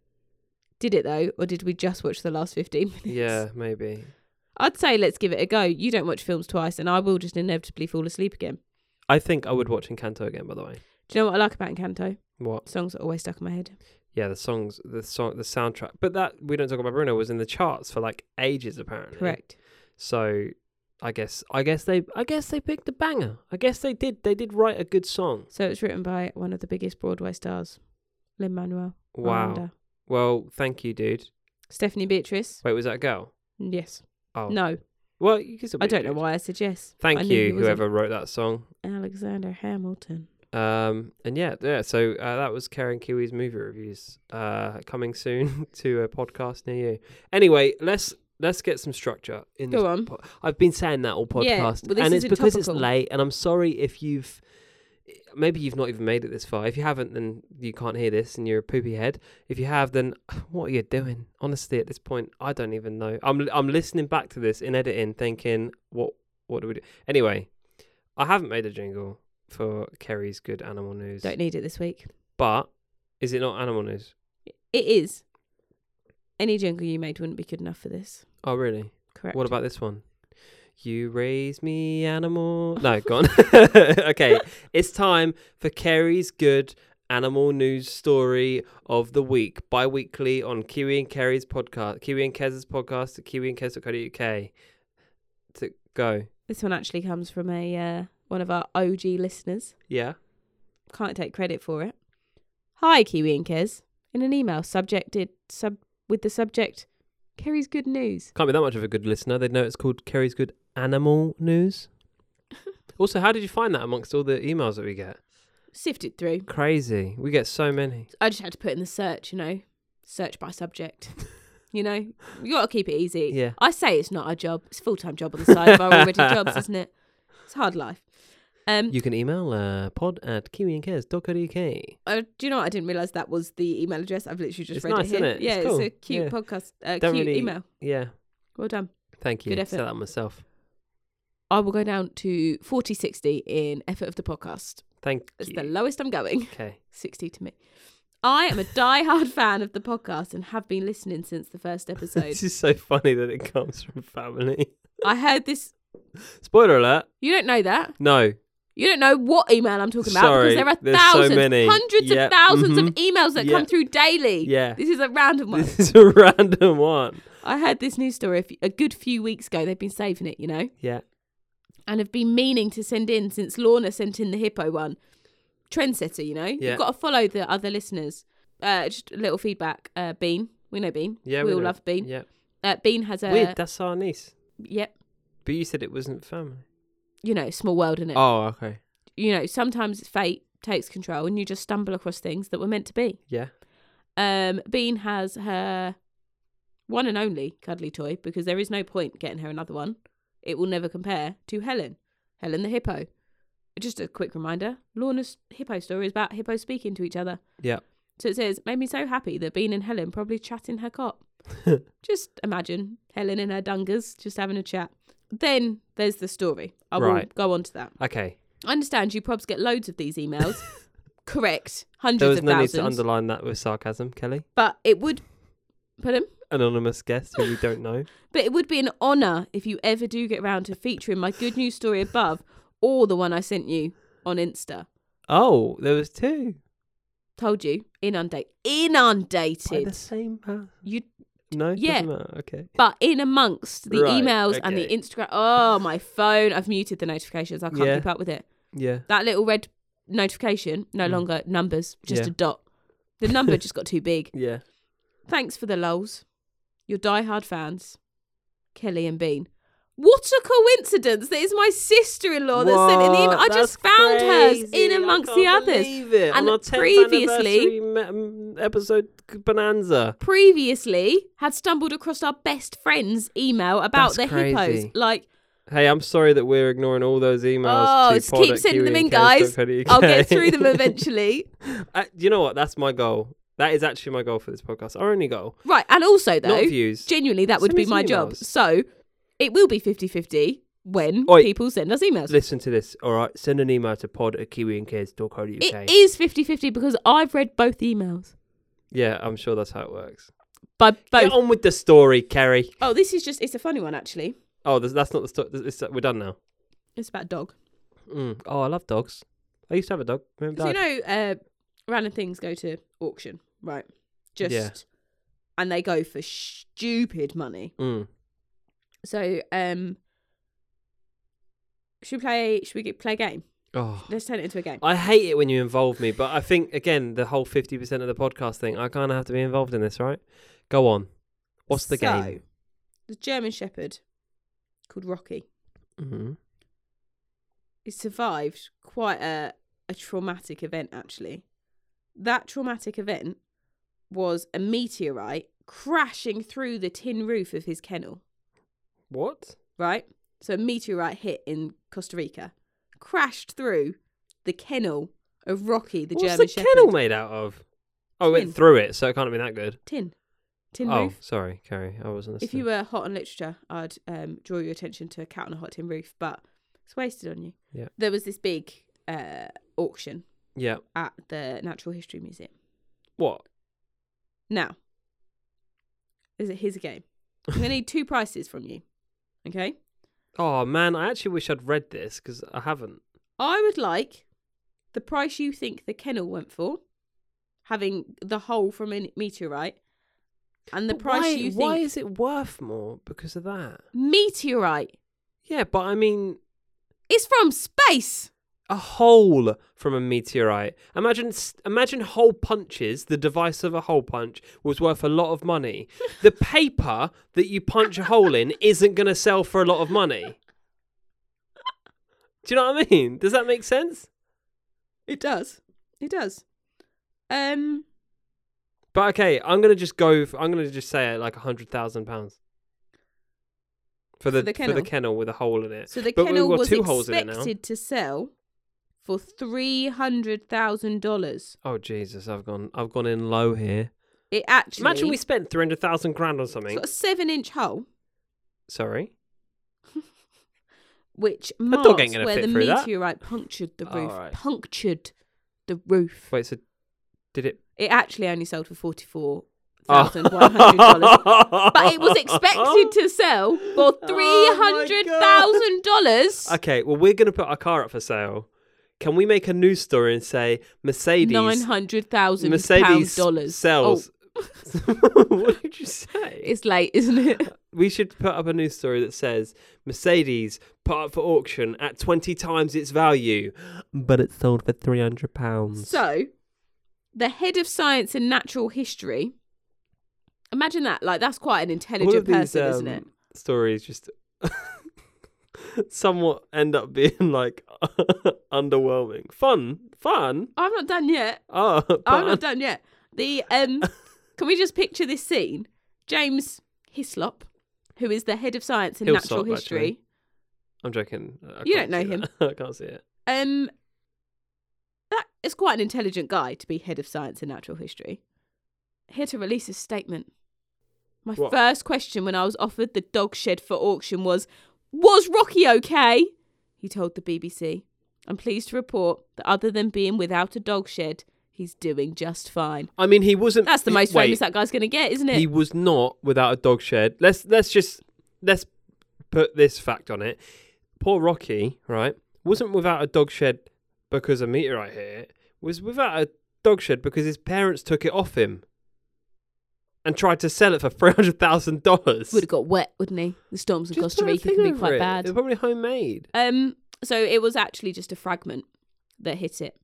S2: Did it though, or did we just watch the last 15 minutes?
S1: Yeah, maybe.
S2: I'd say let's give it a go. You don't watch films twice, and I will just inevitably fall asleep again.
S1: I think I would watch Encanto again, by the way.
S2: Do you know what I like about Encanto?
S1: What?
S2: Songs are always stuck in my head.
S1: Yeah, the songs, the song, the soundtrack. But that we don't talk about Bruno was in the charts for like ages, apparently.
S2: Correct.
S1: So I guess I guess they I guess they picked the banger. I guess they did. They did write a good song.
S2: So it's written by one of the biggest Broadway stars, Lin Manuel.
S1: Wow. Well, thank you, dude.
S2: Stephanie Beatrice.
S1: Wait, was that a girl?
S2: Yes.
S1: Oh.
S2: No.
S1: Well, you can still be
S2: I
S1: a
S2: don't
S1: dude.
S2: know why I said yes.
S1: Thank
S2: I knew he
S1: you,
S2: was a-
S1: whoever wrote that song.
S2: Alexander Hamilton.
S1: Um, and yeah, yeah. So uh, that was Karen Kiwi's movie reviews. Uh, coming soon to a podcast near you. Anyway, let's let's get some structure in this.
S2: Go on.
S1: po- I've been saying that all podcast,
S2: Yeah, well, this
S1: and it's
S2: isn't
S1: because it's
S2: topical.
S1: late. And I'm sorry if you've maybe you've not even made it this far. If you haven't, then you can't hear this, and you're a poopy head. If you have, then what are you doing? Honestly, at this point, I don't even know. I'm I'm listening back to this in editing, thinking, what what do we do? Anyway, I haven't made a jingle for Kerry's good animal news,
S2: Don't need it this week.
S1: but is it not animal news?
S2: It is. Any jingle you made wouldn't be good enough for this.
S1: Oh, really?
S2: Correct.
S1: What about this one? You raise me animal. No, gone. okay, it's time for Kerry's good animal news story of the week, bi-weekly on Kiwi and Kerry's podcast, Kiwi and Kez's podcast at kiwiandkez.co.uk. To go,
S2: this one actually comes from a uh, one of our OG listeners.
S1: yeah.
S2: Can't take credit for it. Hi, Kiwi and Kez. In an email subjected sub with the subject Kerry's good news.
S1: Can't be that much of a good listener. They'd know it's called Kerry's good animal news. also, how did you find that amongst all the emails that we get?
S2: Sifted through.
S1: Crazy. We get so many.
S2: I just had to put in the search, you know, search by subject. You know, you got to keep it easy.
S1: Yeah.
S2: I say it's not our job. It's a full time job on the side of our already jobs, isn't it? It's a hard life. Um,
S1: You can email uh, pod at kiwiandkez.co.uk.
S2: I, uh, do you know what? I didn't realize that was the email address. I've literally just
S1: It's
S2: read
S1: nice,
S2: it here.
S1: isn't it?
S2: Yeah,
S1: It's
S2: it's,
S1: cool.
S2: a cute
S1: Yeah.
S2: podcast, a
S1: Don't
S2: cute
S1: really-
S2: email.
S1: Yeah,
S2: Well done.
S1: thank you.
S2: Good
S1: Said
S2: effort.
S1: that myself.
S2: I will go down to 40 60 in effort of the podcast.
S1: Thank
S2: It's
S1: you.
S2: the lowest I'm going.
S1: okay.
S2: 60 to me. I am a die-hard fan of the podcast and have been listening since the first episode.
S1: This is so funny that it comes from family.
S2: I heard this.
S1: Spoiler alert.
S2: You don't know that.
S1: No.
S2: You don't know what email I'm talking about
S1: Sorry,
S2: because there are
S1: there's so
S2: thousands,
S1: many.
S2: hundreds
S1: Yeah,
S2: of 1000s
S1: mhm.
S2: of emails that
S1: Yeah.
S2: come through daily.
S1: Yeah.
S2: This is a random one.
S1: This is a random one.
S2: I heard this news story a, few, a good few weeks ago. They've been saving it, you know,
S1: Yeah.
S2: and have been meaning to send in since Lorna sent in the hippo one. Trendsetter, you know.
S1: Yeah.
S2: You've got to follow the other listeners. Uh, just a little feedback. Uh, Bean, we know Bean.
S1: Yeah.
S2: we, all
S1: know.
S2: love Bean.
S1: Yeah.
S2: Uh, Bean has a
S1: Weird. That's our niece.
S2: yep.
S1: But you said it wasn't family.
S2: You know, small world in it.
S1: Oh, okay.
S2: You know, sometimes fate takes control, and you just stumble across things that were meant to be.
S1: Yeah.
S2: Um, Bean has her one and only cuddly toy because there is no point getting her another one. It will never compare to Helen, Helen the hippo. Just a quick reminder Lorna's hippo story is about hippos speaking to each other.
S1: Yeah.
S2: So it says, made me so happy that Bean and Helen probably chat in her cot. just imagine Helen and her dungas just having a chat. Then there's the story. I will
S1: Right.
S2: go on to that.
S1: Okay.
S2: I understand you probs get loads of these emails. Correct.
S1: There
S2: Hundreds
S1: was
S2: of
S1: no need
S2: thousands.
S1: to underline that with sarcasm, Kelly.
S2: but it would put him
S1: Anonymous guest who we don't know.
S2: But it would be an honour if you ever do get round to featuring my good news story above or the one I sent you on Insta.
S1: Oh, there was two.
S2: Told you, inundate,
S1: By the
S2: inundated.
S1: same. per-
S2: You,
S1: no.
S2: Yeah.
S1: doesn't matter. Okay.
S2: but in amongst the
S1: Right,
S2: emails and the
S1: okay.
S2: Instagram. Oh, my phone! I've muted the notifications. I can't
S1: Yeah.
S2: keep up with it.
S1: Yeah.
S2: That little red notification, no
S1: Mm.
S2: longer numbers, just
S1: Yeah.
S2: a dot. The number just got too big.
S1: Yeah.
S2: Thanks for the lulz. Your diehard fans, Kelly and Bean. What a coincidence that it's my sister in law that sent in the email. I
S1: What?
S2: just
S1: That's
S2: found hers
S1: crazy. I
S2: in amongst the
S1: can't
S2: others.
S1: believe it.
S2: And
S1: On our 10th
S2: previously-
S1: anniversary me- um, episode c- bonanza.
S2: Previously, had stumbled across our best friend's email about
S1: That's
S2: the hippos.
S1: crazy.
S2: Like,
S1: Hey, I'm sorry that we're ignoring all those emails.
S2: Oh,
S1: to E,
S2: just
S1: pod
S2: keep
S1: at
S2: sending them in,
S1: kiwiandkez.co.uk.
S2: I'll get through them eventually.
S1: Uh, you know what? That's my goal. That is actually my goal for this podcast. Our only goal,
S2: Right. And also,
S1: not
S2: though,
S1: views.
S2: genuinely, that would
S1: Send me
S2: be
S1: some
S2: my job.
S1: emails.
S2: So it will be 50 50 when
S1: Oi.
S2: people send us emails.
S1: Listen to this. All right, send an email to pod at E kiwiandkez.co.uk.
S2: It is 50 50 because I've read both emails
S1: yeah, I'm sure that's how it works.
S2: by both.
S1: Get on with the story, Kerry.
S2: Oh, this is just, it's a funny one, actually.
S1: Oh, that's that's not the story. We're done now.
S2: It's about a dog.
S1: Mm. Oh, I love dogs. I used to have a dog. My mum
S2: So, you
S1: died.
S2: know, uh, random things go to auction, right? Just,
S1: Yeah.
S2: and they go for stupid money.
S1: Mm.
S2: So, um, should we play? Should we get, play a game?
S1: Oh,
S2: Let's turn it into a game.
S1: I hate it when you involve me, but I think again the whole fifty percent of the podcast thing, I kind of have to be involved in this, right? Go on. What's the
S2: So,
S1: game?
S2: The German Shepherd called Rocky.
S1: hmm
S2: He survived quite a, a traumatic event, actually. That traumatic event was a meteorite crashing through the tin roof of his kennel,
S1: What?
S2: right? So a meteorite hit in Costa Rica, crashed through the kennel of Rocky, the
S1: What's
S2: German
S1: the
S2: Shepherd.
S1: kennel made out of? Oh, it
S2: Tin.
S1: went through it, so it can't have been that good.
S2: Tin. Tin
S1: oh,
S2: roof.
S1: sorry, Carrie, I wasn't.
S2: If you were hot on literature, I'd um, draw your attention to a cat on a hot tin roof, but it's wasted on you.
S1: Yeah.
S2: There was this big uh, auction
S1: yeah,
S2: at the Natural History Museum.
S1: what?
S2: Now, is it here's a game. I'm gonna need two prices from you. Okay.
S1: Oh man, I actually wish I'd read this because I haven't.
S2: I would like the price you think the kennel went for, having the hole from a meteorite, and the
S1: But
S2: price
S1: why,
S2: you
S1: Why
S2: think
S1: is it worth more because of that?
S2: meteorite.
S1: Yeah, but I mean,
S2: It's from space.
S1: a hole from a meteorite. Imagine, s- imagine hole punches. The device of a hole punch was worth a lot of money. The paper that you punch a hole in isn't going to sell for a lot of money. Do you know what I mean? Does that make sense?
S2: It does. It does. Um.
S1: But okay, I'm gonna just go. For, I'm gonna just say it like a hundred thousand pounds for the for
S2: the
S1: the
S2: kennel.
S1: kennel with a hole in it.
S2: So the
S1: But we've
S2: kennel
S1: got
S2: was
S1: two holes in it now.
S2: expected to sell for three hundred thousand dollars.
S1: Oh Jesus, I've gone. I've gone in low here.
S2: It actually
S1: Imagine we spent three hundred thousand grand on something.
S2: it's got a seven-inch hole.
S1: Sorry.
S2: which
S1: dog ain't
S2: marks
S1: gonna
S2: where
S1: fit
S2: the
S1: through that.
S2: meteorite punctured the roof.
S1: Alright.
S2: Punctured the roof.
S1: Wait. So did it?
S2: It actually only sold for forty four
S1: Oh.
S2: thousand one hundred dollars, but it was expected to sell for
S1: my
S2: three hundred thousand dollars.
S1: Okay. Well, we're gonna put our car up for sale. Can we make a news story and say
S2: Nine
S1: Mercedes?
S2: hundred thousand
S1: Mercedes
S2: pound dollars
S1: sells.
S2: Oh,
S1: what did you say?
S2: it's late, isn't it?
S1: We should put up a news story that says Mercedes put up for auction at 20 times its value, but it sold for 300 pounds.
S2: So, the head of science and natural history. Imagine that. Like that's quite an intelligent person, isn't
S1: um,
S2: it?
S1: stories just somewhat end up being like underwhelming. Fun, fun.
S2: I'm not done yet.
S1: Oh, but
S2: I'm not done yet. The um, can we just picture this scene? James Hislop, who is the head of science and natural
S1: Hillsop,
S2: history,
S1: I'm joking. I
S2: You
S1: can't
S2: don't know
S1: see
S2: him.
S1: that. I can't see it.
S2: um, that is quite an intelligent guy to be head of science and natural history. Here to release a statement. My
S1: What?
S2: first question when I was offered the dog shed for auction was, "Was Rocky okay?" He told the BBC. I'm pleased to report that other than being without a dog shed, he's doing just fine.
S1: I mean, he wasn't.
S2: That's the most
S1: wait,
S2: famous that guy's going to get, isn't it?
S1: He was not without a dog shed. Let's let's just let's put this fact on it. Poor Rocky, right, wasn't without a dog shed because a meteorite hit it. Was without a dog shed because his parents took it off him and tried to sell it for three hundred thousand dollars.
S2: would have got wet, wouldn't he? The storms in Costa Rica can be quite
S1: They're
S2: bad.
S1: probably homemade.
S2: Um, so it was actually just a fragment that hit it.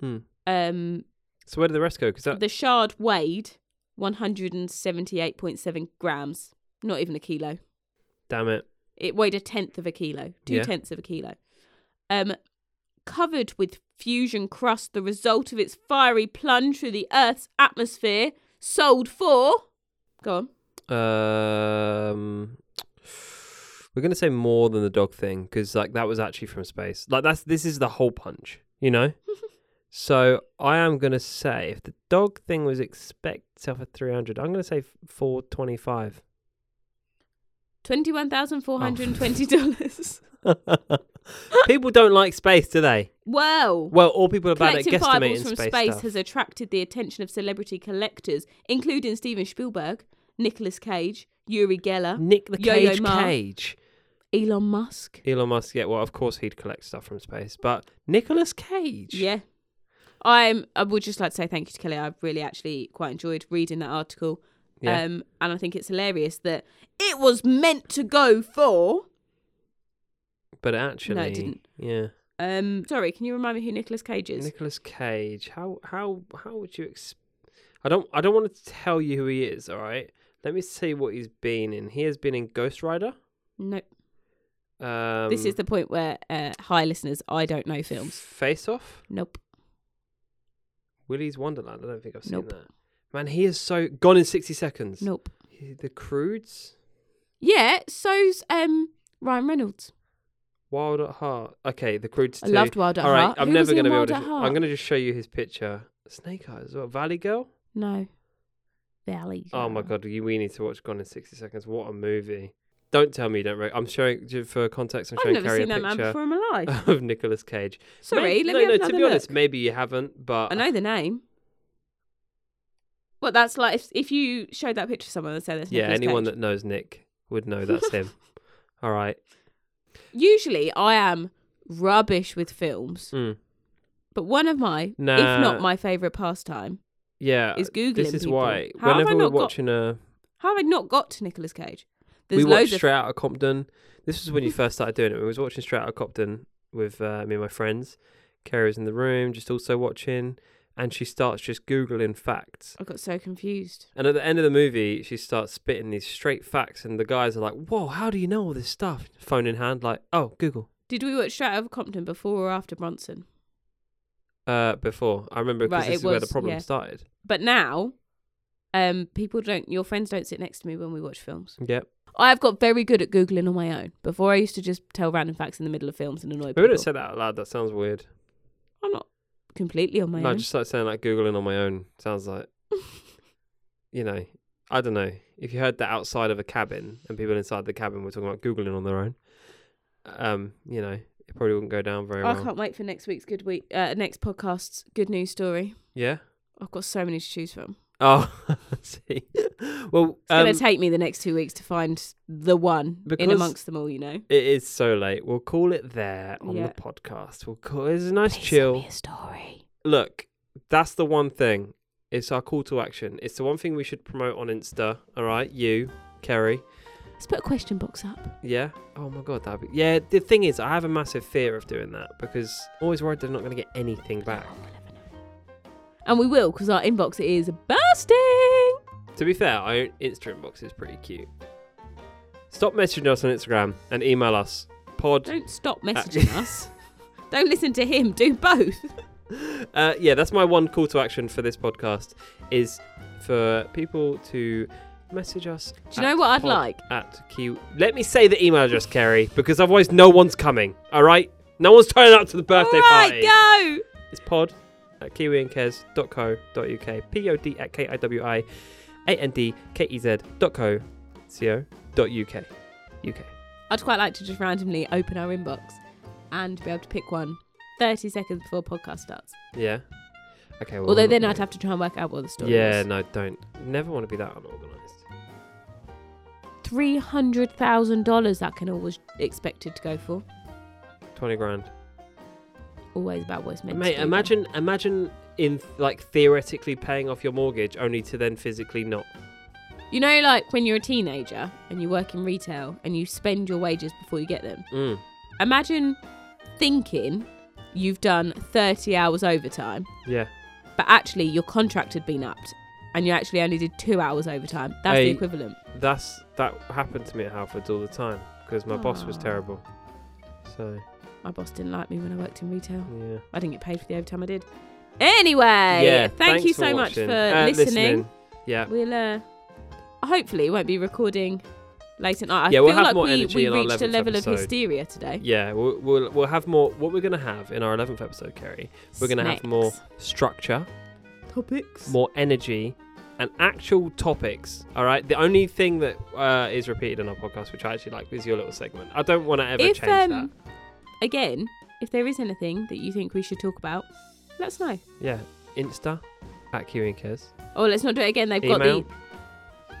S1: Hmm.
S2: Um,
S1: So where did the rest go? Because that
S2: the shard weighed 178.7 grams, not even a kilo.
S1: damn it.
S2: It weighed a tenth of a kilo, two
S1: Yeah.
S2: tenths of a kilo. Um, covered with fusion crust, the result of its fiery plunge through the Earth's atmosphere, sold for. Go on.
S1: Um, we're gonna say more than the dog thing because like that was actually from space. Like that's this is the whole punch, you know. so I am gonna say if the dog thing was expect self at three hundred, I'm gonna say four twenty five.
S2: $21,420.
S1: people don't like space, do they?
S2: Well,
S1: Well, all people are bad at
S2: Collecting
S1: guesstimating
S2: fireballs from
S1: space,
S2: space,
S1: stuff.
S2: has attracted the attention of celebrity collectors, including Steven Spielberg, Nicolas Cage, Yuri Geller,
S1: Nick the
S2: Yo-Yo
S1: Cage
S2: Ma.
S1: Cage.
S2: Elon Musk.
S1: Elon Musk, yeah, well, of course he'd collect stuff from space, but Nicolas Cage.
S2: Yeah. I'm I would just like to say thank you to Kelly. I really actually quite enjoyed reading that article.
S1: Yeah.
S2: Um, and I think it's hilarious that it was meant to go for.
S1: But actually,
S2: didn't.
S1: Yeah,
S2: Um, sorry, can you remind me who Nicolas Cage is?
S1: Nicholas Cage. How how how would you? Ex- I don't I don't want to tell you who he is. All right, let me see what he's been in. He has been in Ghost Rider.
S2: no,
S1: Um,
S2: this is the point where, uh, hi listeners, I don't know films.
S1: Face Off.
S2: Nope.
S1: Willy's Wonderland. I don't think I've seen
S2: Nope.
S1: that. Man, he is so gone in sixty seconds.
S2: Nope.
S1: He- the Crudes.
S2: Yeah, so's um Ryan Reynolds.
S1: Wild at Heart. Okay, the Crudes.
S2: I
S1: too.
S2: loved Wild at
S1: All right,
S2: Heart.
S1: I'm
S2: Who was
S1: never
S2: in
S1: going to be able
S2: Wild
S1: to.
S2: at Heart?
S1: I'm going to just show you his picture. Snake Eyes as well. Valley Girl.
S2: No. Valley.
S1: Oh my god, you, we need to watch Gone in 60 Seconds. What a movie! Don't tell me you don't. Rec- I'm showing ju- for context. I'm
S2: I've
S1: showing
S2: never
S1: Carrie
S2: seen
S1: a
S2: that man
S1: picture
S2: before in my life.
S1: of Nicolas Cage. May-
S2: Sorry, let
S1: no,
S2: me have
S1: no.
S2: another
S1: To be
S2: look.
S1: honest, maybe you haven't, but
S2: I know the name. Well, that's like if, if you showed that picture to someone and said that's
S1: yeah,
S2: Nicolas
S1: anyone
S2: Cage.
S1: that knows Nick would know that's him. All right.
S2: Usually, I am rubbish with films,
S1: Mm.
S2: but one of my,
S1: Nah.
S2: Hmm. if not my favorite pastime,
S1: Yeah.
S2: is googling.
S1: This is
S2: people.
S1: why
S2: How have I
S1: whenever we're
S2: not got?
S1: watching a,
S2: How have I not got to Nicolas Cage?
S1: we
S2: There's
S1: watched
S2: loads of
S1: Straight Outta Compton. This was when you first started doing it. We was watching Straight Outta Compton with uh, me and my friends. Carrie was in the room, just also watching, and she starts just googling facts.
S2: I got so confused.
S1: And at the end of the movie, she starts spitting these straight facts, and the guys are like, "Whoa, how do you know all this stuff?" Phone in hand, like, "Oh, Google."
S2: Did we watch Straight Out of Compton before or after Bronson?
S1: Uh, before I remember because
S2: Right,
S1: this
S2: it
S1: is where the
S2: was-
S1: problem
S2: yeah.
S1: started.
S2: But now, um, people don't. Your friends don't sit next to me when we watch films.
S1: Yep.
S2: I've got very good at googling on my own. Before I used to just tell random facts in the middle of films and annoy
S1: I would
S2: people.
S1: have said that out loud. That sounds weird.
S2: I'm not completely on my
S1: No, I
S2: own.
S1: just like saying like googling on my own sounds like, you know, I don't know. If you heard that outside of a cabin and people inside the cabin were talking about googling on their own, um, you know, it probably wouldn't go down very
S2: Oh, I
S1: well.
S2: can't wait for next week's good week. Uh, next podcast's good news story.
S1: Yeah.
S2: I've got so many to choose from.
S1: Oh, see. well,
S2: It's gonna
S1: um,
S2: take me the next two weeks to find the one in
S1: because-
S2: amongst them all. You know.
S1: It is so late. We'll call it there on
S2: Yeah.
S1: the podcast. We'll call it's a nice
S2: Please tell
S1: chill.
S2: me a story.
S1: Look, that's the one thing. It's our call to action. It's the one thing we should promote on Insta. All right, you, Kerry.
S2: Let's put a question box up.
S1: Yeah. Oh my god, that'd be yeah. The thing is, I have a massive fear of doing that because I'm always worried they're not going to get anything back.
S2: We'll never know. And we will, because our inbox is bursting.
S1: To be fair, our own Insta inbox is pretty cute. Stop messaging us on Instagram and email us pod
S2: Don't stop messaging us. Don't listen to him. Do both.
S1: uh, yeah, that's my one call to action for this podcast is for people to message us.
S2: Do you know what I'd like?
S1: At Q. Let me say the email address, Kerry, because otherwise no one's coming. All right, no one's turning up to the birthday
S2: All right,
S1: party.
S2: go.
S1: It's pod at kiwiandkez.co.uk. P O D at K I W I A N D K E Z dot co co dot uk uk.
S2: I'd quite like to just randomly open our inbox and be able to pick one 30 seconds before podcast starts.
S1: Yeah. Okay. Well,
S2: Although
S1: we're
S2: then
S1: not-
S2: I'd have to try and work out what the story
S1: Yeah.
S2: is.
S1: No, don't. Never want to be that unorganized.
S2: $300,000 that can always expected to go for.
S1: Twenty grand.
S2: Always about what it's meant
S1: Mate,
S2: to be.
S1: imagine imagine in like theoretically paying off your mortgage only to then physically not.
S2: You know, like when you're a teenager and you work in retail and you spend your wages before you get them.
S1: Mm.
S2: Imagine thinking you've done 30 hours overtime.
S1: Yeah.
S2: but actually your contract had been upped and you actually only did two hours overtime. That's
S1: Hey.
S2: the equivalent.
S1: That's that happened to me at Halfords all the time because my boss was
S2: Aw.
S1: terrible. So,
S2: My boss didn't like me when I worked in retail.
S1: yeah.
S2: I didn't get paid for the overtime I did. Anyway,
S1: yeah,
S2: thank you
S1: thanks
S2: so much
S1: watching.
S2: for
S1: Uh,
S2: listening.
S1: Yeah.
S2: We'll uh, hopefully won't be recording late at night. I
S1: Yeah,
S2: feel
S1: we'll have
S2: like
S1: more
S2: we,
S1: energy
S2: we
S1: in our
S2: reached a
S1: 11th
S2: level
S1: episode.
S2: of hysteria today.
S1: Yeah, we'll, we'll we'll have more what we're going to have in our 11th episode, Kerry. We're going to have
S2: Snacks.
S1: more structure,
S2: topics.
S1: more energy and actual topics. All right? The only thing that uh, is repeated in our podcast which I actually like is your little segment. I don't want to ever
S2: if
S1: change that.
S2: um again, if there is anything that you think we should talk about, let us know.
S1: Yeah, Insta at Q and Kez.
S2: Oh, let's not do it again. They've
S1: Email.
S2: got the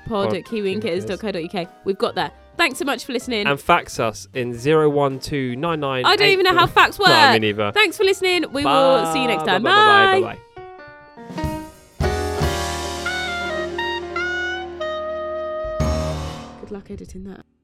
S2: pod at kiwinkers.co.uk. We've got that. Thanks so much for listening.
S1: and fax us in 01299.
S2: I don't even know how facts work.
S1: No, I mean either.
S2: Thanks for listening. We will see you next time.
S1: Bye. Bye. Bye. Bye.
S2: Bye. like editing that.